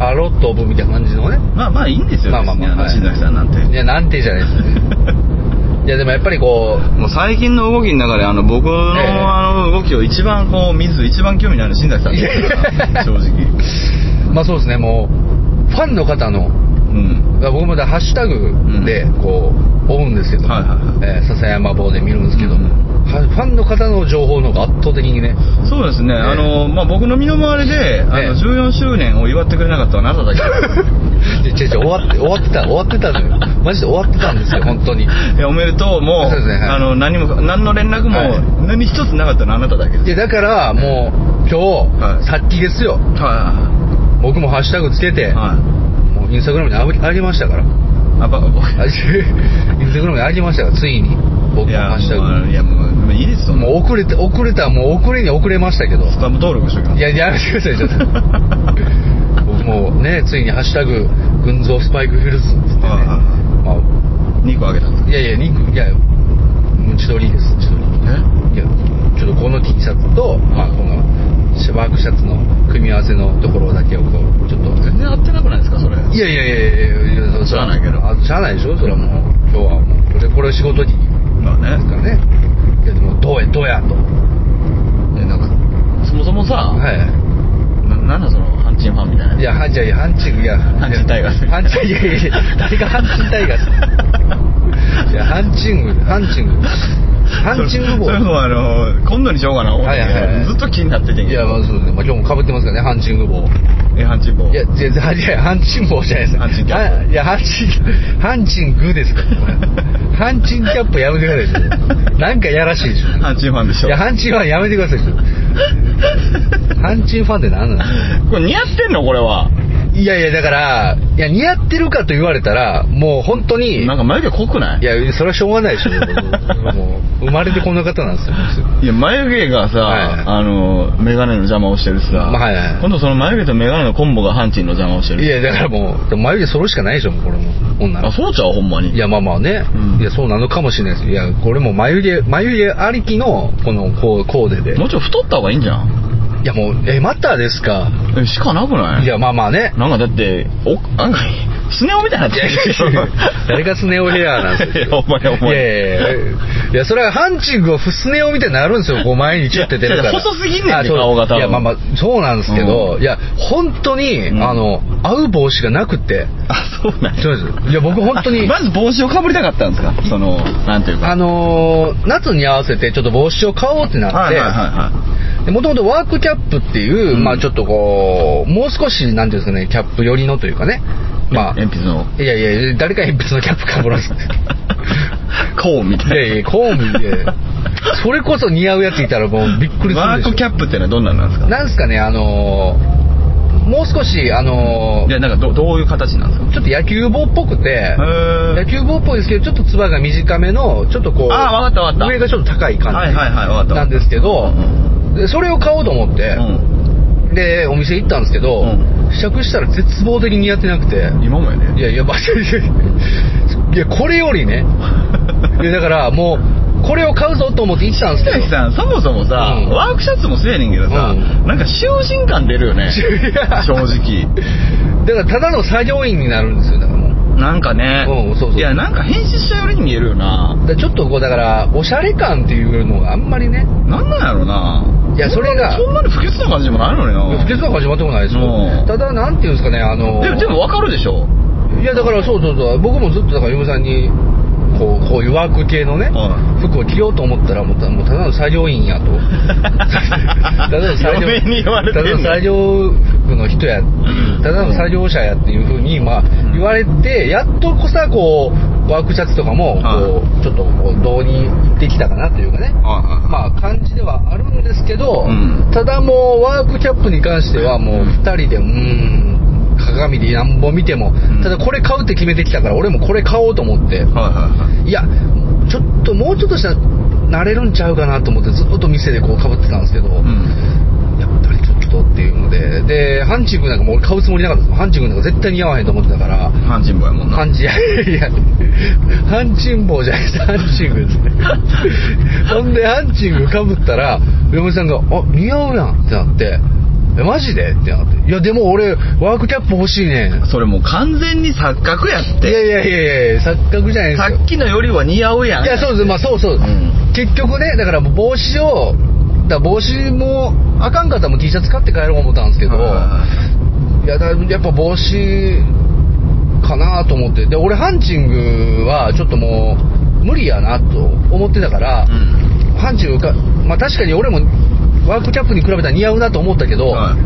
Speaker 2: あろっとぶみたいな感じのね。
Speaker 1: まあまあいいんですよ
Speaker 2: まあまあまあ
Speaker 1: 別にの
Speaker 2: は
Speaker 1: 新
Speaker 2: い
Speaker 1: 崎さんなんて
Speaker 2: いや、なんてじゃないです。いや、でもやっぱりこう、
Speaker 1: もう最近の動きの中であの僕の
Speaker 2: ええ
Speaker 1: あの動きを一番こう見ず一番興味のある新崎さんですから正直
Speaker 2: まあそうですね、もう、ファンの方の、
Speaker 1: うん
Speaker 2: 僕もだハッシュタグで、こう、追うんですけど、
Speaker 1: はいはいは
Speaker 2: えー笹山棒で見るんですけど、
Speaker 1: うん
Speaker 2: はファンの方の情報の方が圧倒的 にね、
Speaker 1: そうですね、
Speaker 2: ええ
Speaker 1: あのまあ、僕の身の回りで、あ
Speaker 2: ええ
Speaker 1: の14周年を祝ってくれなかったのはあなただけだ
Speaker 2: で違う違う終わって終わってた終わってたのよマジで終わってたんですよ本当にい
Speaker 1: いやおめでとうも
Speaker 2: そうですねはい
Speaker 1: あの何も何の連絡も、
Speaker 2: はい
Speaker 1: 何一つなかったのはあなただけです
Speaker 2: やだからもう今日、
Speaker 1: い
Speaker 2: さっきですよ
Speaker 1: は
Speaker 2: 僕もハッシュタグつけ
Speaker 1: い
Speaker 2: て、
Speaker 1: はい
Speaker 2: もうインスタグラムにあぶあげましたから
Speaker 1: あば僕
Speaker 2: あインスタグラムにあげましたからついに僕
Speaker 1: い
Speaker 2: も
Speaker 1: や
Speaker 2: ハッシュ
Speaker 1: もう
Speaker 2: タ
Speaker 1: あのいやもういいです
Speaker 2: グ
Speaker 1: よ
Speaker 2: もう遅れて遅れたもう遅れに遅れましたけど
Speaker 1: スタンプ登録しときます
Speaker 2: いややめてくださいちょっと僕 もうねついに「ハッシュタグ群像スパイクヒルズ」っつっ てね
Speaker 1: はいはい
Speaker 2: まあ
Speaker 1: 2個あげたんです
Speaker 2: いやいや肉いや自撮りです自撮り
Speaker 1: え
Speaker 2: いやちょっとこの T シャツと、まあ、このワークシャツの組み合わせのところだけをこうちょっと
Speaker 1: 全然合ってなくないですかそれ
Speaker 2: いやいやいやいやいやいや
Speaker 1: しゃあないけど
Speaker 2: あしゃあないでしょそれはもう今日はもうこれこれ仕事着です
Speaker 1: まあね
Speaker 2: からねいやでもどうやどうやと
Speaker 1: えなんかそもそもさ、
Speaker 2: は
Speaker 1: ななんだその阪神ファンみたいない
Speaker 2: いやハンチいやハンチいや
Speaker 1: ハンチンタイガース
Speaker 2: ハンチいやいやいや誰がハンチン タイガースいやハンチングハンチングハンチング
Speaker 1: そ
Speaker 2: 帽
Speaker 1: れそれもあの今度にしようかな思って、
Speaker 2: はいはいはい
Speaker 1: ずっと気になっててん
Speaker 2: い
Speaker 1: け
Speaker 2: や
Speaker 1: ど
Speaker 2: まあそうですね、まあ、今日もかぶってますからねハンチング帽
Speaker 1: え阪神棒
Speaker 2: いや、全然、いや、ハンチン帽じゃないです
Speaker 1: ハンチンキャップ
Speaker 2: あいや、ハンチン、ハンチングですから、これハンチンキャップやめてくださいよ。なんかやらしいでしょ。
Speaker 1: 阪神ファンでしょ
Speaker 2: いや、ハンチンはやめてくださいよ。ハンチンファンって何な
Speaker 1: これ似合ってんのこれは
Speaker 2: のいやいや、だから、いや、似合ってるかと言われたら、もう本当に、い
Speaker 1: なんか眉毛濃くない
Speaker 2: や、それはしょうがないで しょ。もう、生まれてこんな方なんですよ。
Speaker 1: いや眉毛がさ、
Speaker 2: はいはい
Speaker 1: あの眼鏡の邪魔をしてるしさ、
Speaker 2: まあはいはい
Speaker 1: 今度その眉毛と眼鏡のコンボが阪神の邪魔をしてる
Speaker 2: いや、だからもう、でも眉毛それしかないでしょ、もうこれも。女の
Speaker 1: あ
Speaker 2: 子
Speaker 1: そうちゃうほんまに
Speaker 2: いや、まあまあね、
Speaker 1: うん
Speaker 2: いや、そうなのかもしれないです。いや、これも眉毛、眉毛ありきの、この、こう、コーデで。
Speaker 1: もうちょい太った方がいいんじゃん
Speaker 2: いや、もう、え、またですか。
Speaker 1: えしかなくない
Speaker 2: いや、まあまあ ね。
Speaker 1: なんかだっておなんかスネ夫みたいになってるよ
Speaker 2: 誰がスネオヘアなんです
Speaker 1: いやお前お
Speaker 2: いや
Speaker 1: 前
Speaker 2: いやいやいや、それはハンチングをふスネオみたいになるんですよ、こう前にちょって出るか
Speaker 1: い
Speaker 2: ら。
Speaker 1: や細すぎんねんね
Speaker 2: あそう
Speaker 1: 顔が多分
Speaker 2: いや、まあまあ、そうなんですけど、
Speaker 1: うん
Speaker 2: いや、本当に、
Speaker 1: うん
Speaker 2: あの、合う帽子がなくて、
Speaker 1: あそうなんや
Speaker 2: そうです。いや、僕本 当に、
Speaker 1: まず帽子をかぶりたかったんですかそのなんていうか
Speaker 2: あのー夏に合わせてちょっと帽子を買おうってなって、
Speaker 1: はいはいはい
Speaker 2: もともとワークキャップってい
Speaker 1: う
Speaker 2: う、
Speaker 1: ん
Speaker 2: まあちょっとこう、もう少し、なんていうんですかね、キャップ寄りのというかね、
Speaker 1: は
Speaker 2: ま
Speaker 1: い
Speaker 2: あ、
Speaker 1: 鉛筆の
Speaker 2: いやいや、誰か鉛筆のキャップかぶらせて。
Speaker 1: こうみたい
Speaker 2: い
Speaker 1: な
Speaker 2: やいや、コーンで、それこそ似合うやついたらもうびっくりする
Speaker 1: ワ
Speaker 2: で
Speaker 1: ー
Speaker 2: しょ。
Speaker 1: クキャップってのはどんなんなんですか
Speaker 2: なんすかね、あのーもう少し、あのー
Speaker 1: いやなんかどどういう形なんですか
Speaker 2: ちょっと野球帽っぽくて、野
Speaker 1: へ
Speaker 2: 球帽っぽいですけど、ちょっとつばが短めの、ちょっとこう、
Speaker 1: あーわかったわかった
Speaker 2: 上がちょっと高い
Speaker 1: えはいはい
Speaker 2: 感
Speaker 1: はいわかっ
Speaker 2: じ
Speaker 1: た
Speaker 2: なんですけど、でそれを買おうと思って、
Speaker 1: うん
Speaker 2: でお店行ったんですけど、
Speaker 1: うん
Speaker 2: 試着したら絶望的に似合ってなくて
Speaker 1: 今もや
Speaker 2: い
Speaker 1: ね
Speaker 2: やいやまあいやい やいやこれよりねいやだからもうこれを買うぞと思って行ったんです
Speaker 1: 北
Speaker 2: けど
Speaker 1: 崎さんそもそもさ
Speaker 2: うん
Speaker 1: ワークシャツもせえねんけどさ
Speaker 2: うん
Speaker 1: なんか囚人感出る よね
Speaker 2: いや
Speaker 1: 正直
Speaker 2: だからただの作業員になるんですよだからもう
Speaker 1: なんかね
Speaker 2: うんそうそう
Speaker 1: いやなんか変身したよりに見えるよな
Speaker 2: だからちょっとこうだからおしゃれ感っていうのがあんまりね
Speaker 1: なんなんやろない
Speaker 2: いやそれが
Speaker 1: そんなに不潔な感じでもないのにな
Speaker 2: 不潔なんか始まってもないでし
Speaker 1: う
Speaker 2: ょ
Speaker 1: ん
Speaker 2: ただなんていうんですかねあの
Speaker 1: でもでも分かるでしょ
Speaker 2: いやだからそうそうそう僕もずっとだから嫁さんにこうこういうワーク系のね、
Speaker 1: うん
Speaker 2: 服を着ようと思ったらもうたもうただの作業員 やとただの作業
Speaker 1: 嫁に言われてん
Speaker 2: た
Speaker 1: の
Speaker 2: だの作業服の人やただの作業者やっていうふうに、まあ、
Speaker 1: ん
Speaker 2: 言われてやっとこさこうワークシャツとかもこう、ちょっとこうどうに行ってきたかなというかねまあ感じではあるんですけど、
Speaker 1: うん
Speaker 2: ただもうワークキャップに関してはもう2人でうーんか鏡でなんぼ見ても、
Speaker 1: ん
Speaker 2: ただこれ買うって決めてきたから俺もこれ買おうと思って、
Speaker 1: はいはいはい
Speaker 2: いやちょっともうちょっとしたら慣れるんちゃうかなと思ってずっと店でこうかぶってたんですけど、
Speaker 1: うん
Speaker 2: やっぱりちょっとっていうのででハンチングなんかもう俺買うつもりなかったんですハンチングなんか絶対似合わへんと思ってたから
Speaker 1: 半人坊やもんな
Speaker 2: ハンチ、いやいや、ハンチン坊じゃないです、ハンチングです ね。ほんで、ハンチングかぶったら、嫁さんが、あ、似合うやんってなって、え、マジでってなって、いや、でも俺、ワークキャップ欲しいねん。
Speaker 1: それもう完全に錯覚やっ
Speaker 2: いや
Speaker 1: て
Speaker 2: いやいやいや、錯覚じゃないです
Speaker 1: さ
Speaker 2: よ
Speaker 1: っ。きのよりは似合うやん
Speaker 2: いや、そうです、まあそうそう。
Speaker 1: ん
Speaker 2: 結局ね、だからもう帽子を、だから帽子も、あかんかったらもう T シャツ買って帰ろう思ったんですけど、
Speaker 1: はい
Speaker 2: やだやっぱ帽子かなと思ってで俺ハンチングはちょっともう無理やなと思ってたから
Speaker 1: い、うん
Speaker 2: ハンチングか、まあ、確かに俺もワークキャップに比べたら似合うなと思ったけど、
Speaker 1: は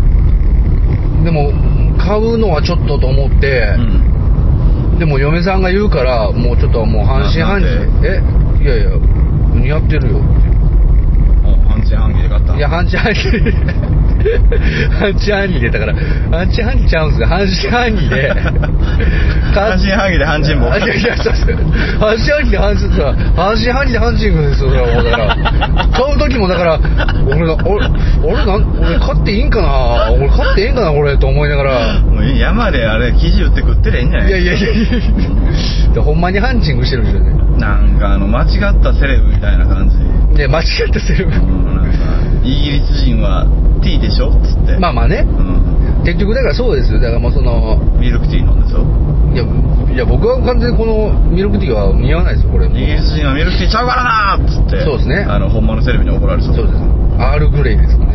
Speaker 1: い
Speaker 2: でも買うのはちょっとと思って、
Speaker 1: うん
Speaker 2: でも嫁さんが言うからもうちょっともう半信半疑
Speaker 1: なん
Speaker 2: えいやいや似合ってるよ
Speaker 1: お半人半径で買った
Speaker 2: いや、半ンチハンニー。ハンチハンニーで、だから、ハンチハンニーちゃうんすよ。ハンチハンニーで。
Speaker 1: 半信半疑で半人坊
Speaker 2: あいやいや、そうです。ハンチハンニーでハンチ、ハンチハンニーでハンチングですよ、それはもうだから。買う時もだから、俺の、俺、俺なん、俺買っていいんかな俺買っていいんかなこれ、と思いながら。
Speaker 1: もう山であれ生地売って食ってりゃいいんじゃない
Speaker 2: いやいやいやいや。ほんまにハンチングしてるんですよね。
Speaker 1: なんかあの間違ったセレブみたいな感じ
Speaker 2: で、間違ってセレブ。
Speaker 1: うんなんかイギリス人はティーでしょっつって
Speaker 2: まあまあね
Speaker 1: う。ん
Speaker 2: 結局だからそうですよ。だからもうその、
Speaker 1: ミルクティー飲んでしょ
Speaker 2: いや、いや僕は完全にこのミルクティーは似合わないですよ、これ。
Speaker 1: イギリス人はミルクティーちゃうからなーっつって
Speaker 2: そうですね
Speaker 1: あの本物のセレブに怒られそう
Speaker 2: そうです。アールグレイですかね。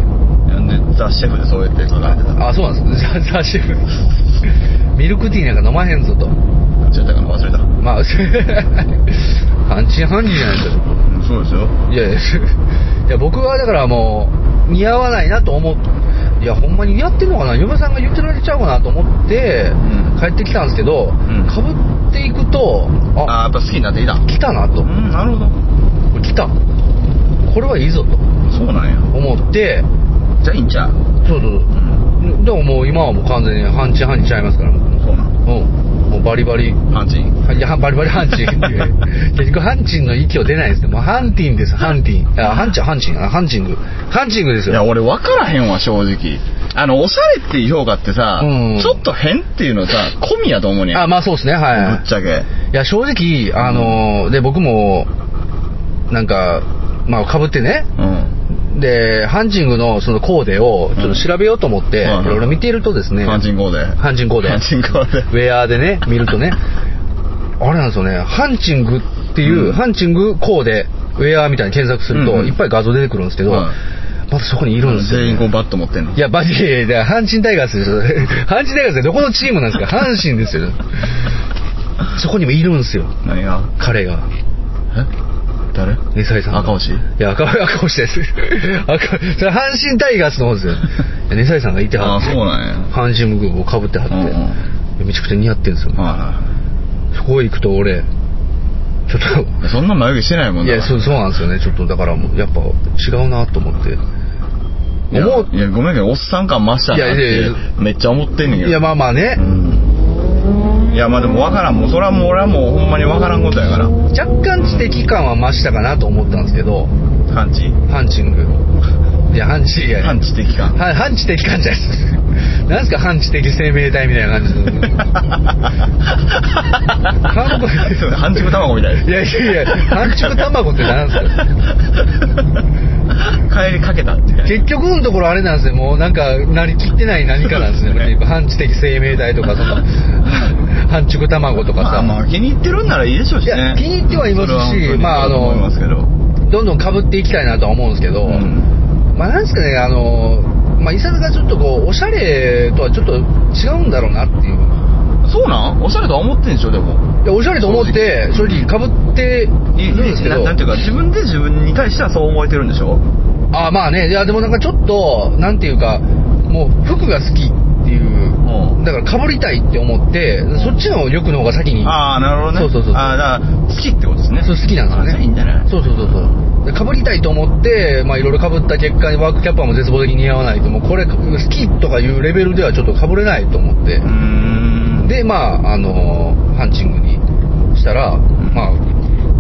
Speaker 1: でザ・シェフでそうやって書かれてた
Speaker 2: あ、そうなんです。じゃあ、じゃあシェフ。ミルクティーなんか飲まへんぞと。
Speaker 1: ちょっとなんか忘れたう
Speaker 2: まあ、 半信半疑じゃないですか。
Speaker 1: んそうですよ
Speaker 2: いやいや、いや僕はだからもう、似合わないなと思う。いや、ほんまに似合ってんのかな嫁さんが言ってられちゃうかなと思って
Speaker 1: うん、
Speaker 2: 帰ってきたんですけど、
Speaker 1: ん
Speaker 2: かぶっていくと、
Speaker 1: あ
Speaker 2: あ、
Speaker 1: やっぱ好きになっていた
Speaker 2: 来たな
Speaker 1: う
Speaker 2: と。
Speaker 1: んなるほど
Speaker 2: 来た。これはいいぞと
Speaker 1: そうなん
Speaker 2: 思って、
Speaker 1: やじゃあいいんちゃう
Speaker 2: そうそうそう
Speaker 1: う。ん
Speaker 2: でももう今はもう完全に半チン半にちゃいますからもう
Speaker 1: そうなん
Speaker 2: うんもうバリバリ
Speaker 1: パンチン
Speaker 2: いやバリバリハ ンチン結局ハンチンの息を出ないですねもうハンティンですハンティンあハンチンハンチンあハンチングハンチングです
Speaker 1: いや
Speaker 2: よ
Speaker 1: 俺分からへんわ正直あのおしゃれっていう評価ってさ、
Speaker 2: うん
Speaker 1: ちょっと変っていうのさ込みやと思うねん
Speaker 2: あまあそうですねは
Speaker 1: ぶっちゃけ
Speaker 2: いいや正直あのーで僕もなんかまあかぶってね
Speaker 1: うん
Speaker 2: でハンチングのそのコーデをちょっと調べようと思ってい
Speaker 1: うんはいはい
Speaker 2: ろいろ見ているとですね
Speaker 1: パンチンコーデ
Speaker 2: ハンチングコーデ
Speaker 1: パンチンコーデ
Speaker 2: ウェアでね、見るとね、あれなんですよね、ハンチングっていう、
Speaker 1: うん
Speaker 2: ハンチングコーデ、ウェアみたいに検索すると、
Speaker 1: うんうん
Speaker 2: いっぱい画像出てくるんですけど、
Speaker 1: はい
Speaker 2: まずそこにいるんですよ、
Speaker 1: 全員こう
Speaker 2: ね。
Speaker 1: バット持ってんの
Speaker 2: いや、バジー、だから阪神タイガースですよ。 阪神タイガースってどこのチームなんですか阪神ですよ。そこにもいるんですよ、
Speaker 1: 何が
Speaker 2: 彼が。
Speaker 1: え誰
Speaker 2: ネサイさんが。
Speaker 1: 赤星
Speaker 2: いや、赤星、赤星です。赤、それ阪神タイガースの方ですよ。いやネサイさんがいては
Speaker 1: あ
Speaker 2: っ
Speaker 1: あ
Speaker 2: て
Speaker 1: そうなんや
Speaker 2: 阪神グーをかぶってはって、
Speaker 1: うんうん
Speaker 2: いやめちゃくちゃ似合ってるんですよ。
Speaker 1: はい
Speaker 2: そこへ行くと俺、ちょっ
Speaker 1: はいそんな眉毛してないも
Speaker 2: と、
Speaker 1: ん
Speaker 2: い
Speaker 1: だ
Speaker 2: や、そう、そうなんですよね。ちょっとだからもう、やっぱ違うなと思って。
Speaker 1: いや
Speaker 2: 思う
Speaker 1: いやごめんけどおっさん感増したなっ
Speaker 2: いやいやい
Speaker 1: て
Speaker 2: や
Speaker 1: めっちゃ思ってんねんけど
Speaker 2: いや、まあまあね
Speaker 1: う、んいやまあでも分からんもうそれはもう俺はもうほんまに分からんことやから
Speaker 2: 若干知的感は増したかなと思ったんですけど、
Speaker 1: ハンチ
Speaker 2: ハンチング。いや、ハンチ、いやいや
Speaker 1: ハンチ的 感
Speaker 2: は反知的感じゃないです。なんですか、反知的生命体みたいな感じの。韓国
Speaker 1: そう半熟卵みたい
Speaker 2: いやいやいや、半熟卵って何ですか
Speaker 1: 帰りかけたっていう
Speaker 2: 結局のところあれなんですねもうなんかなりきってない何かなんですね
Speaker 1: そうですね
Speaker 2: やっぱ反知的生命体とかその 反畜卵とか
Speaker 1: ま
Speaker 2: さ、
Speaker 1: あまあ気に入ってるんならいいでしょうし
Speaker 2: いや
Speaker 1: ね
Speaker 2: 気に入ってはいますし
Speaker 1: それ本当に
Speaker 2: まああの
Speaker 1: 思いますけど
Speaker 2: どんどんかぶっていきたいなとは思うんですけど、
Speaker 1: うん
Speaker 2: まあなんですかねあのまあいささかちょっとこうおしゃれとはちょっと違うんだろうなっていう
Speaker 1: そうなんおしゃれとは思ってんでしょでも
Speaker 2: いやおしゃれと思って正直かぶって
Speaker 1: いい
Speaker 2: いるんですけど
Speaker 1: ななんていうか自分で自分に対してはそう思えてるんでしょ
Speaker 2: ああまあねいやでもなんかちょっとなんていうかもう服が好きっていう
Speaker 1: うん
Speaker 2: だからかぶりたいって思ってそっちの欲の方が先に
Speaker 1: ああなるほどね
Speaker 2: そうそうそうそう
Speaker 1: ああだから好きってことですね
Speaker 2: そう好きなんですよね
Speaker 1: あじゃあいいんだね
Speaker 2: そうそうそうそうでかぶりたいと思ってまあいろいろかぶった結果にワークキャッパーも絶望的に似合わないともうこれ好きとかいうレベルではちょっとかぶれないと思って
Speaker 1: うーん
Speaker 2: でまああのハンチングにしたら、まあ、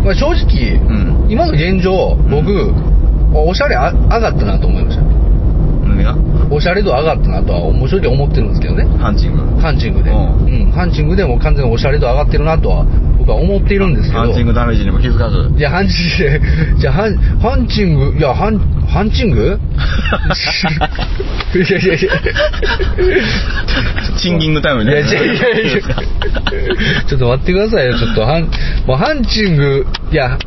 Speaker 2: まあ正直、
Speaker 1: うん
Speaker 2: 今の現状僕、おしゃれあ上がったなと思いました
Speaker 1: 何が
Speaker 2: おしゃれ度上がったなとは面白いと思ってるんですけどね
Speaker 1: ハンチング
Speaker 2: ハンチングで、う
Speaker 1: うんん
Speaker 2: ハンチングでも完全におしゃれ度上がってるなとは僕は思っているんですけど
Speaker 1: ハンチングダメージにも気づかず
Speaker 2: いや、ハンチング、 じゃあ、ハン、ハンチング、いや、ハン、ハンチン グいやいやいや。
Speaker 1: チンギングタイム
Speaker 2: いや
Speaker 1: ね
Speaker 2: いやいやいやちょっと待ってくださいよ、ちょっと、ハン、もうハンチング、いや、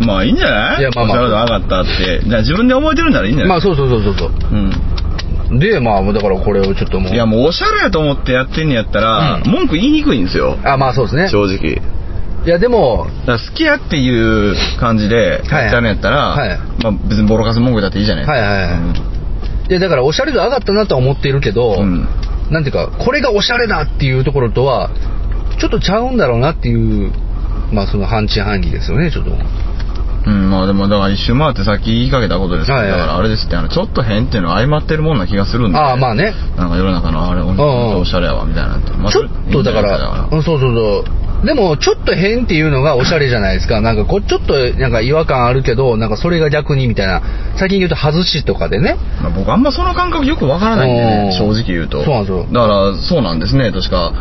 Speaker 1: まあいいんじゃない
Speaker 2: いやまあまあ
Speaker 1: お皿度上がったってじゃあ自分で覚えてるんならいいんじゃない
Speaker 2: まあそうそうそうそう
Speaker 1: うん
Speaker 2: そう。で、まあ、だからこれをちょっともう。
Speaker 1: いやもうおしゃれやと思ってやってんねやったら、
Speaker 2: うん
Speaker 1: 文句言いにくいんですよ
Speaker 2: あ、まあそうですね。
Speaker 1: 正直
Speaker 2: いや、でも、
Speaker 1: だから好きやっていう感じでやっちゃうんやったら、
Speaker 2: はい
Speaker 1: まあ、別にボロカス文句だっていいじゃない
Speaker 2: はいはいはいいや、だからおしゃれ度上がったなとは思っているけど、
Speaker 1: うんうん
Speaker 2: なんていうか、これがおしゃれだっていうところとは、ちょっとちゃうんだろうなっていう、まあその半信半疑ですよね、ちょっと。
Speaker 1: うん、まあでもだから一周回ってさっき言いかけたことですけど、
Speaker 2: はいはい
Speaker 1: だからあれですってあのちょっと変っていうのは相まってるもんな気がするんで
Speaker 2: ああ、まあね。
Speaker 1: なんか世の中のあれ本当おしゃれやわみたいなのって、まあ
Speaker 2: ちょっとだか
Speaker 1: いいんじゃない
Speaker 2: ら、うん、そうそうそう。でも、ちょっと変っていうのがおしゃれじゃないですか。なんかこう、ちょっとなんか違和感あるけど、なんかそれが逆にみたいな。最近言うと、外しとかでね。
Speaker 1: まあ、僕あんまその感覚よくわからないんでね
Speaker 2: う
Speaker 1: 正
Speaker 2: ん
Speaker 1: 直言うと
Speaker 2: そうなんですよ
Speaker 1: だからそうなんですねとしか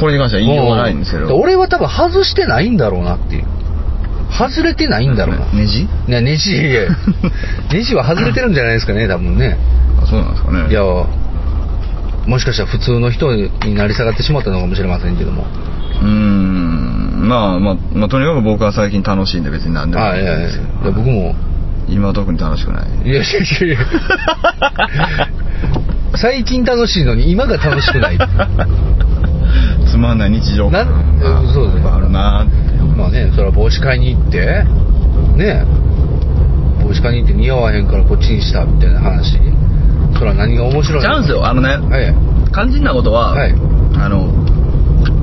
Speaker 1: これに関しては言いようがないんですけ
Speaker 2: う
Speaker 1: ど
Speaker 2: 俺は多分外してないんだろうなっていう。外れてないんだろうな。
Speaker 1: ネジ
Speaker 2: ね、ネジ、いやネジは外れてるんじゃないですかね、多分ね。
Speaker 1: あそうなんですかね
Speaker 2: いや、もしかしたら普通の人になり下がってしまったのかもしれませんけども。
Speaker 1: うーんまあまあ、まあ、とにかく僕は最近楽しいんで別に何でも
Speaker 2: あいやいや
Speaker 1: ですけど
Speaker 2: いや僕も、
Speaker 1: 今は特に楽しくない
Speaker 2: い やいやいやいや最近楽しいのに今が楽しくない。
Speaker 1: つまんない日常
Speaker 2: な
Speaker 1: まあ
Speaker 2: そうですね
Speaker 1: あるなって
Speaker 2: まあね、それは帽子買いに行って、ね、帽子買いに行って似合わへんからこっちにしたみたいな話。それは何が面白いの
Speaker 1: チャンスよあのね
Speaker 2: はい。
Speaker 1: 肝心なことは、
Speaker 2: はい
Speaker 1: あの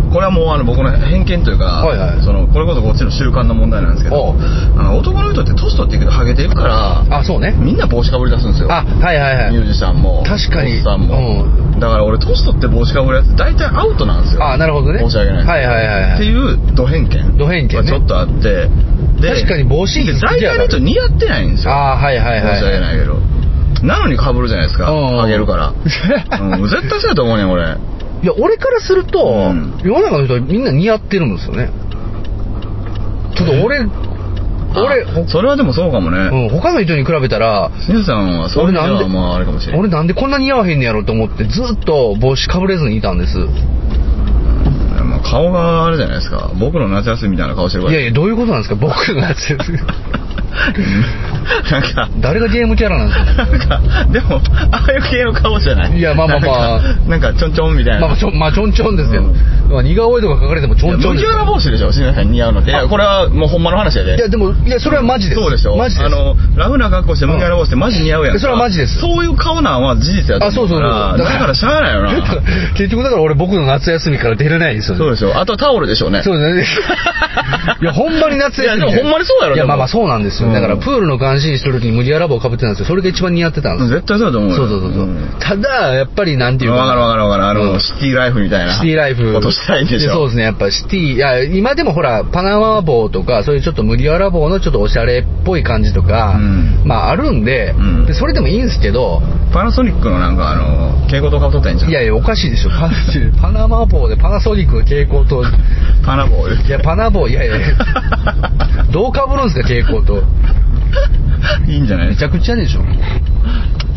Speaker 1: これはもうあの僕の偏見というか、
Speaker 2: はいはい
Speaker 1: そのこれこそこっちの習慣の問題なんですけど
Speaker 2: おう
Speaker 1: あの男の人って年取っていくとハゲていくから
Speaker 2: あ、そうね。
Speaker 1: みんな帽子かぶり出すんですよ
Speaker 2: あ、はいはい
Speaker 1: ミュ
Speaker 2: は
Speaker 1: ー
Speaker 2: い。
Speaker 1: ジシャンも
Speaker 2: 確か
Speaker 1: お
Speaker 2: に
Speaker 1: っさんも、
Speaker 2: う
Speaker 1: だから俺年取って帽子かぶるやつ大体アウトなんですよ
Speaker 2: あ、なるほどね。
Speaker 1: 申し訳ない、
Speaker 2: はいはいはいは
Speaker 1: っ
Speaker 2: い。
Speaker 1: ていうド偏見
Speaker 2: ド偏見ね
Speaker 1: がちょっとあってで
Speaker 2: 確かに帽子に
Speaker 1: で大体の人似合ってないんですよ
Speaker 2: ああ、はいはいはい。
Speaker 1: 申し訳ないけどなのにかぶるじゃないですか
Speaker 2: うんうん
Speaker 1: あげる から、うん、絶対そうやと思うねん俺
Speaker 2: いや、俺からすると、
Speaker 1: うん
Speaker 2: 世の中の人はみんな似合ってるんですよね。ちょっと俺、俺、
Speaker 1: あ
Speaker 2: ほ
Speaker 1: それはでもそうかもね
Speaker 2: うん、他の人に比べたら、
Speaker 1: しんさんはそういうの
Speaker 2: 俺なんで
Speaker 1: はまああれかもしれない
Speaker 2: 俺なんでこんな似合わへんねやろと思って、ずっと帽子かぶれずにいたんです。
Speaker 1: まあ顔があれじゃないですか僕の夏休みみたいな顔してるか
Speaker 2: い
Speaker 1: ら
Speaker 2: やいや、どういうことなんですか僕のやつ。
Speaker 1: なんか
Speaker 2: 誰がゲームキャラなんですか
Speaker 1: なんかでもああいう系の顔じゃない
Speaker 2: いやまあまあまあ
Speaker 1: なんかなんかちょんちょんみたいな
Speaker 2: まあ、ちょ、まあ、ちょんちょんですけど。
Speaker 1: うん
Speaker 2: まあ、似顔絵とか描かれてもちょんちょん
Speaker 1: 無
Speaker 2: です
Speaker 1: キャ
Speaker 2: よ
Speaker 1: ラ帽子でしょ、しなさん似合うのって。いや、これはもうほんまの話やで。
Speaker 2: いや、でも、いや、それはマジです。
Speaker 1: そうでしょ
Speaker 2: マジです。
Speaker 1: あの、ラフな格好して無キャラ帽子ってマジ似合うやんか
Speaker 2: それはマジです
Speaker 1: そういう顔なんは事実やと
Speaker 2: あ、そう
Speaker 1: 思
Speaker 2: そう
Speaker 1: う
Speaker 2: そう。
Speaker 1: から。だからしゃあないよ
Speaker 2: だか
Speaker 1: な。
Speaker 2: ら結局だから俺僕の夏休みから出れないんですよね。
Speaker 1: そうでしょ。あとはタオルでしょうね。
Speaker 2: そうです ね。いや、ほんまに夏休み。
Speaker 1: いやでもほんまにそうやろ
Speaker 2: いや、
Speaker 1: でも
Speaker 2: まあまあそうなんですよ。
Speaker 1: うん
Speaker 2: だから、プールの監視してる時に無理やラボを被ってたんですよ。それが一番似合ってたんですよ。
Speaker 1: 絶対そうだと思うよ。
Speaker 2: そうそうそうそう。
Speaker 1: ん
Speaker 2: ただ、やっぱりなんていう
Speaker 1: わかるわかるわかる。あの、
Speaker 2: うん
Speaker 1: シティライフみたいな。
Speaker 2: シティライフ。
Speaker 1: ことしたいんでし
Speaker 2: やそう
Speaker 1: ょ。
Speaker 2: ですね。やっぱシティ、いや、今でもほら、パナマ帽とか、そういうちょっと麦わら帽のちょっとおしゃれっぽい感じとか、
Speaker 1: うん
Speaker 2: まああるんで,、
Speaker 1: うん
Speaker 2: で、それでもいいんですけど、
Speaker 1: パナソニックのなんかあの、蛍光灯かぶっとったんじゃん。
Speaker 2: いやいや、おかしいで しょ。パパナマ帽でパナソニックの蛍光灯。
Speaker 1: パナボール。
Speaker 2: いや、パナ帽、いやいやいや。どうかぶるんですか、蛍光灯。
Speaker 1: いいんじゃない
Speaker 2: めちゃくちゃで しょ。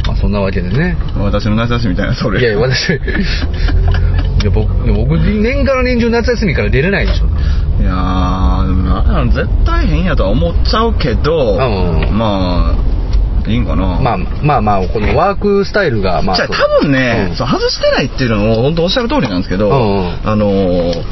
Speaker 2: まあ、そんなわけでね。
Speaker 1: 私の夏休みみたいな、それ。
Speaker 2: いやいや、私、い や僕、いや僕年から年中夏休みから出れないでしょ。
Speaker 1: いやーでもな絶対変やとは思っちゃうけど、
Speaker 2: うん
Speaker 1: まあいいんかな
Speaker 2: まあ
Speaker 1: あ
Speaker 2: まあまあ、このワークスタイルが、まあ。
Speaker 1: じゃあ
Speaker 2: そう
Speaker 1: 多分ね、
Speaker 2: うん
Speaker 1: そう外してないっていうのも本当おっしゃる通りなんですけど、
Speaker 2: うんうん
Speaker 1: あのー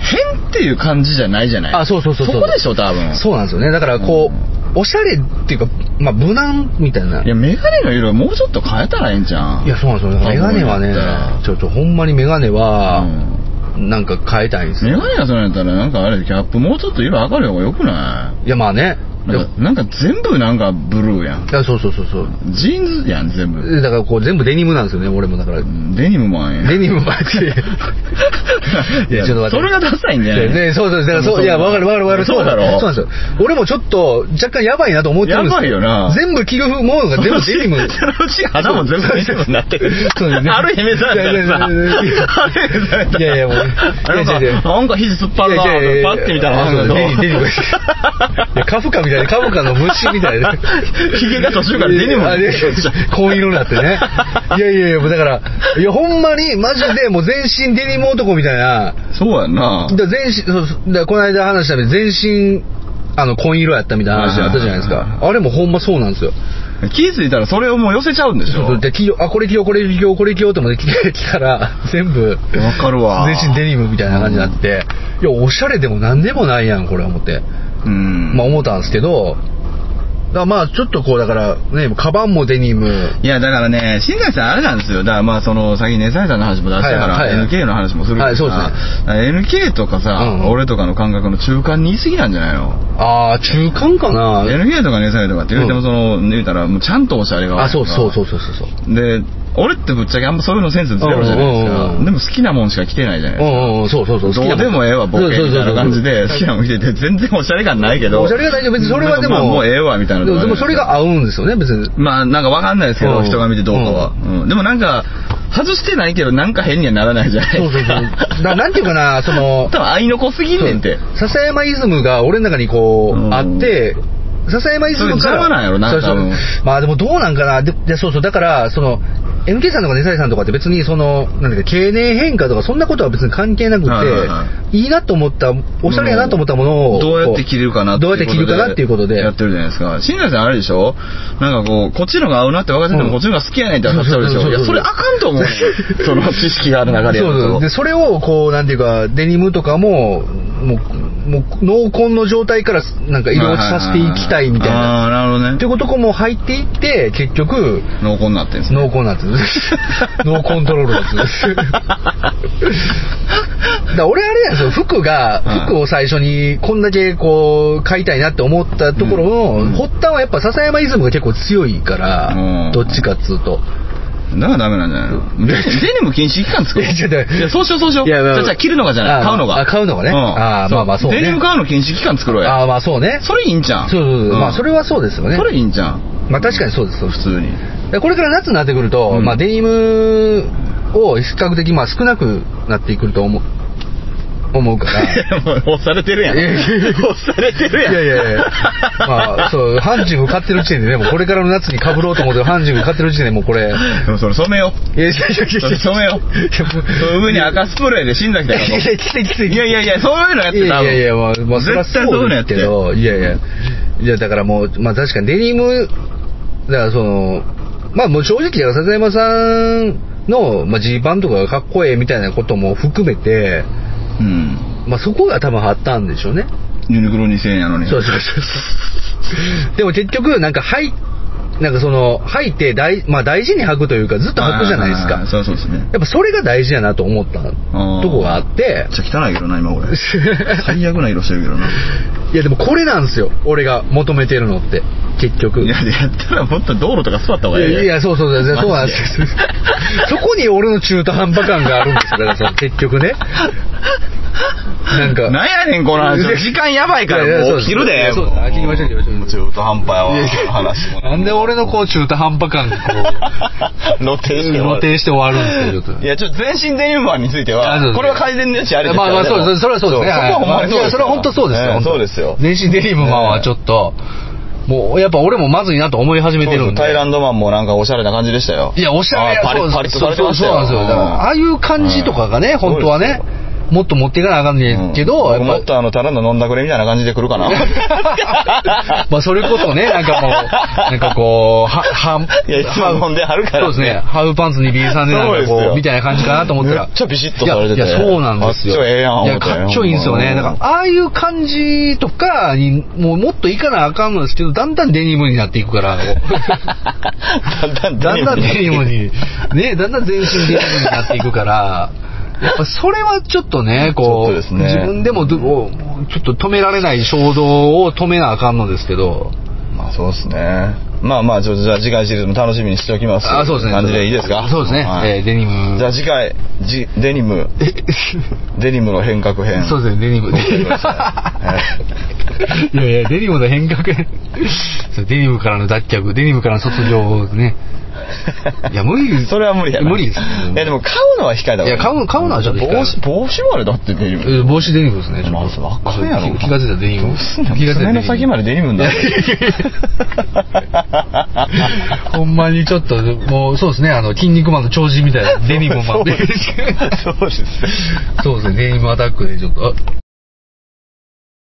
Speaker 1: 変っていう感じじゃないじゃない
Speaker 2: あ、そうそうそう
Speaker 1: そこでしょ多分
Speaker 2: そうなんですよね。だから、こう、おしゃれっていうか、まあ、無難みたいな。
Speaker 1: いやメガネの色もうちょっと変えたらいいんじゃん
Speaker 2: いや、そうなんですよ。だからメガネは
Speaker 1: 多分やっ
Speaker 2: ね、
Speaker 1: た
Speaker 2: ちょっとほんまにメガネ
Speaker 1: ら
Speaker 2: は
Speaker 1: う、ん
Speaker 2: なんか変えたいんですよ
Speaker 1: メガネがそうなんやったらなんかあれキャップもうちょっと色明るい方がよくない
Speaker 2: やまあね
Speaker 1: なんかなんか全部なんかブルーやん
Speaker 2: いやそうそうそうそう
Speaker 1: ジーンズやん全部
Speaker 2: えだからこう全部デニムなんですよね俺もだから
Speaker 1: デニムもあんや
Speaker 2: デニムばっちり
Speaker 1: いやそれがダサいんじゃない
Speaker 2: ねそうそうだから
Speaker 1: そう
Speaker 2: そういやわかるわかるわかる
Speaker 1: そうだろ
Speaker 2: そうなんですよ俺もちょっと若干やばいなと思ってるんです
Speaker 1: やばいよな
Speaker 2: 全部着るものが全部デ ニム
Speaker 1: そのうち肌も全部デニムになってる
Speaker 2: そうそうそう
Speaker 1: ある意味されたらさ
Speaker 2: いやいやいやいや
Speaker 1: ある意味されたら
Speaker 2: いやいやもう
Speaker 1: なん
Speaker 2: いや
Speaker 1: か
Speaker 2: いやいや
Speaker 1: なんか肘突っ張るな
Speaker 2: ややや
Speaker 1: パッて見たら
Speaker 2: あそうデニデニムがいやカフカみたいなカフカの虫みたいな
Speaker 1: ヒゲが途中からデニムに
Speaker 2: あいやいや紺色になってねいやいやいやもうだからいやほんまにマジでもう全身デニム男みたいな
Speaker 1: そうやんな
Speaker 2: だ全身そうそうだからこの間話したみたいに全身あの紺色やったみたいな話あったじゃないですかあれもほんまそうなんですよ
Speaker 1: 気づいたらそれをもう寄せちゃうんでしょ
Speaker 2: で着ようあこれ着ようこれ着ようこれ着ようと思 って着て着たら全部
Speaker 1: わかるわ
Speaker 2: 全身デニムみたいな感じになって、いやおしゃれでも何でもないやんこれ思って
Speaker 1: うん
Speaker 2: まあ思ったんですけど、だからまあちょっとこうだからね、カバンもデニム、
Speaker 1: いや、だからね、新海さんあれなんですよ。だからまあ、その、先にね、サイさんの話も出したから、
Speaker 2: はいはいはい
Speaker 1: NK の話もするけどさ、
Speaker 2: はいそうで
Speaker 1: だ
Speaker 2: すね
Speaker 1: から NK とかさ、
Speaker 2: うん
Speaker 1: 俺とかの感覚の中間に言い過ぎなんじゃないの
Speaker 2: ああ、中間かな、
Speaker 1: ?NK とかね、サイとかって言うても、その、言うたら、もうちゃんとおしゃれが。
Speaker 2: あ、そうそうそううそうそうそう。
Speaker 1: で、俺ってぶっちゃけあんまそういうのセンスゼロじゃないです
Speaker 2: うんうんう
Speaker 1: か
Speaker 2: んう。ん
Speaker 1: でも好きなもんしか着てないじゃないです
Speaker 2: う
Speaker 1: か。
Speaker 2: んうん、そうそうそう。好き
Speaker 1: ど
Speaker 2: な
Speaker 1: うでもええわ、ボケみたいな感じで、好きなもん着てて、全然おしゃれ感ないけど。
Speaker 2: おしゃれが大丈夫、別にそれはで
Speaker 1: まあ
Speaker 2: も。
Speaker 1: もうええわ、みたいなと
Speaker 2: で
Speaker 1: こあ
Speaker 2: も
Speaker 1: る
Speaker 2: で
Speaker 1: じゃないです
Speaker 2: もそ
Speaker 1: か
Speaker 2: れが合うんですよね、別に。
Speaker 1: まあなんかわかんないですけど、
Speaker 2: うん
Speaker 1: 人が見てどうかは、うんでもなんか外してないけどなんか変にはならないじゃない
Speaker 2: そ
Speaker 1: で
Speaker 2: うそう
Speaker 1: す
Speaker 2: そ
Speaker 1: か
Speaker 2: う。ななんていう かな、その、
Speaker 1: 多分愛の子すぎんねんて
Speaker 2: 笹山イズムが俺の中にこう、
Speaker 1: うん
Speaker 2: あって、笹山イズム
Speaker 1: そ
Speaker 2: か
Speaker 1: れ
Speaker 2: ら。
Speaker 1: 邪魔なんやろな
Speaker 2: そうそう
Speaker 1: 多分
Speaker 2: まあでもどうなんかな。で、でそうそう、だから、その、MK さんとかネサイさんとかって別にその、なんだっけ、経年変化とかそんなことは別に関係なくて、、
Speaker 1: はいいはいはい
Speaker 2: なと思った、おしゃれやなと思ったものを、
Speaker 1: どうやって着れるかな
Speaker 2: どうやって着るかなっていうことで。
Speaker 1: やってるじゃないですか新内さんあれでしょなんかこうこっちのが合うなって分かってても、
Speaker 2: うん
Speaker 1: こっちのが好きやねんって分かっちゃうでしょ
Speaker 2: そう
Speaker 1: い
Speaker 2: そうそうそう
Speaker 1: やそれあかん と思うねんその知識がある中でや
Speaker 2: そう
Speaker 1: る
Speaker 2: そう
Speaker 1: と
Speaker 2: でそれをこうなんていうかデニムとかももうもう濃紺の状態からなんか色落ちさせていきたいみたいな
Speaker 1: ああーなるほど
Speaker 2: って
Speaker 1: ね
Speaker 2: いうことこも入っていって結局
Speaker 1: 濃厚になってるんですね
Speaker 2: ノーコンなんですノーコントロールなんですだから俺あれなんですよ服
Speaker 1: は
Speaker 2: が
Speaker 1: い
Speaker 2: 服を最初にこんだけこう買いたいなって思ったところ
Speaker 1: うん
Speaker 2: の発端はやっぱ笹山イズムが結構強いか
Speaker 1: う
Speaker 2: ら
Speaker 1: ん
Speaker 2: どっちかっつうと
Speaker 1: だからダメなんじゃないのデニデニム禁止期間作ろう。
Speaker 2: いやちょっと
Speaker 1: いや、そうしようそうしよう。
Speaker 2: いやまあ
Speaker 1: じゃあじゃあ着るのがじゃ
Speaker 2: あ
Speaker 1: ない。
Speaker 2: ー
Speaker 1: 買うのが。
Speaker 2: あ買うのがね
Speaker 1: ん
Speaker 2: あーまあまあそうね
Speaker 1: デニム買うの禁止期間作ろう
Speaker 2: あ
Speaker 1: や。
Speaker 2: あまあそうね
Speaker 1: それいいんじゃん。
Speaker 2: そうそうそう、
Speaker 1: ん
Speaker 2: まあそれはそうですよね
Speaker 1: それいいんじゃん。
Speaker 2: まあ確かにそうですよ
Speaker 1: 普通に。
Speaker 2: でこれから夏になってくると、
Speaker 1: うん
Speaker 2: まあデニムを比較的まあ少なくなってくると思う思 うから
Speaker 1: いやもう押されてるやん。
Speaker 2: いやいやいや
Speaker 1: 押されて
Speaker 2: い
Speaker 1: るやん。
Speaker 2: や いやいやまあそうハンチング買ってる時点でねもうこれからの夏にかぶろうと思ってハンチング買ってる時点でもうこれいやい
Speaker 1: でもそれ染めよう。
Speaker 2: やいやいやい
Speaker 1: そ
Speaker 2: や
Speaker 1: れ染めよう。その上に赤スプレーで死んだきたい
Speaker 2: いやきついきつい
Speaker 1: いやいやいや、そういうのやっ
Speaker 2: い
Speaker 1: てた
Speaker 2: やいやいや、まあ、まあ、それは
Speaker 1: 絶対そういう
Speaker 2: そ
Speaker 1: の
Speaker 2: うで
Speaker 1: やっ
Speaker 2: す
Speaker 1: て
Speaker 2: け。ど、いやいや、いや、だからもう、まあ確かにデニム、だからその、まあもう正直、だから笹山さんの、まあジーパンとかがかっこええみたいなことも含めて、
Speaker 1: うん。
Speaker 2: まあそこが多分あったんでしょうね。
Speaker 1: ユニクロ2000円やのに。
Speaker 2: そうそうそうそう。でも結局、なんか履い、なんかその、履いて大、まあ大事に履くというか、ずっと履くじゃないです
Speaker 1: あー
Speaker 2: か。
Speaker 1: そうそうですね。
Speaker 2: やっぱそれが大事やなと思った
Speaker 1: ー
Speaker 2: とこがあって
Speaker 1: めっ、ちゃ汚いけどな、今これ。最悪な色してるけどな。
Speaker 2: いやでもこれなんですよ俺が求めてるのって結局
Speaker 1: い
Speaker 2: い
Speaker 1: や、やったらもっと道路とか座った方がいい。
Speaker 2: やいやそうそうそうそうな
Speaker 1: マ
Speaker 2: ん
Speaker 1: ジ
Speaker 2: です
Speaker 1: で
Speaker 2: よそこに俺の中途半端感があるんですよだからその結局ねなんか
Speaker 1: なんやねん、この話
Speaker 2: い。や
Speaker 1: 時間やばいか
Speaker 2: いやい
Speaker 1: ら、
Speaker 2: や
Speaker 1: もう切るで。
Speaker 2: そうですそうですあ切りましょう切りましょう
Speaker 1: も中途半端や
Speaker 2: いや
Speaker 1: わ、
Speaker 2: いや
Speaker 1: 話も。
Speaker 2: なんで俺のこう中途半端感がこ
Speaker 1: 露呈して終わる
Speaker 2: う露呈して終わるんですよちょっと
Speaker 1: いや、ちょっと全身デニムマンについて
Speaker 2: あそうで
Speaker 1: は、
Speaker 2: す
Speaker 1: これは改善の余地あれです
Speaker 2: まあまあそうですそれはそうです
Speaker 1: そ
Speaker 2: ね
Speaker 1: こはほんまにそうで
Speaker 2: いや
Speaker 1: す
Speaker 2: それは本当そうですよ
Speaker 1: ね
Speaker 2: 本当
Speaker 1: そうですよ。
Speaker 2: 全身デニムマンはちょっともうやっぱ俺もまずいなと思い始めてるんで
Speaker 1: タイランドマンもなんかおしゃれな感じでしたよ。
Speaker 2: いや、おしゃれや
Speaker 1: あパリ
Speaker 2: そう
Speaker 1: ッパリッとされてましたよ。
Speaker 2: そうそうそうなんですよ。だから、ああいう感じとかがね、
Speaker 1: うん
Speaker 2: 本当はね、もっと持っていかなあかんねんけど、
Speaker 1: うん僕
Speaker 2: や
Speaker 1: もっ
Speaker 2: っぱ、
Speaker 1: とあの、ただの飲んだくれみたいな感じで来る かな。
Speaker 2: まあ、それこそね、なんかもう、なんかこう、は、は、
Speaker 1: いやいつも飲んではるからね
Speaker 2: そうですね、ハーフパンツに B さんでなん
Speaker 1: そ
Speaker 2: か
Speaker 1: うです
Speaker 2: こ
Speaker 1: よ
Speaker 2: う、みたいな感じかなと思ったら。
Speaker 1: めっちゃビシッとされてて
Speaker 2: いや、いやそうなんですよ。
Speaker 1: かっちょええやん
Speaker 2: いや、
Speaker 1: 思ったよ
Speaker 2: かっちょいいんですよね。だから、ああいう感じとかに、もうもっといかなあかんのですけど、だんだんデニムになっていく から、こう
Speaker 1: だんだん
Speaker 2: だんだんデニム
Speaker 1: に。
Speaker 2: に、ね、だんだん全身デニムになっていくから、やっぱそれはちょっとね、こ
Speaker 1: ちょっと
Speaker 2: う、
Speaker 1: ですね
Speaker 2: 自分でもどもうちょっと止められない衝動を止めなあかんのですけど、
Speaker 1: まあそうですね。まあまあ、ちょじゃあ次回シリーズも楽しみにしておきます。
Speaker 2: あそうですね。
Speaker 1: 感じでいいですか
Speaker 2: そうですね。
Speaker 1: はい
Speaker 2: えーデニム。
Speaker 1: じゃあ次回、じデニ ム、デニムの変革編。
Speaker 2: そうですね、デニム。
Speaker 1: ご検討して
Speaker 2: いやいや、デニムの変革そうデニムからの脱却、デニムからの卒業ですね。いや無理
Speaker 1: それは無理やな
Speaker 2: 無理ですね
Speaker 1: いや、でも買うのは控えた方が
Speaker 2: いや買う買うのはちょっと控え
Speaker 1: 帽子、帽子までだってデニ
Speaker 2: え
Speaker 1: ム。
Speaker 2: ー帽子デニムですね。ちょっと
Speaker 1: まずわかんやろ
Speaker 2: 気気がついたらデニム。
Speaker 1: どうすんの
Speaker 2: 気がついたら
Speaker 1: 爪の先までデニムになる
Speaker 2: い やいやいやほんまにちょっと、もうそうですね、あの、筋肉マンの超 人みたいなデニムマンで。
Speaker 1: そうです。
Speaker 2: そうですね、デニムアタックでちょっと、あ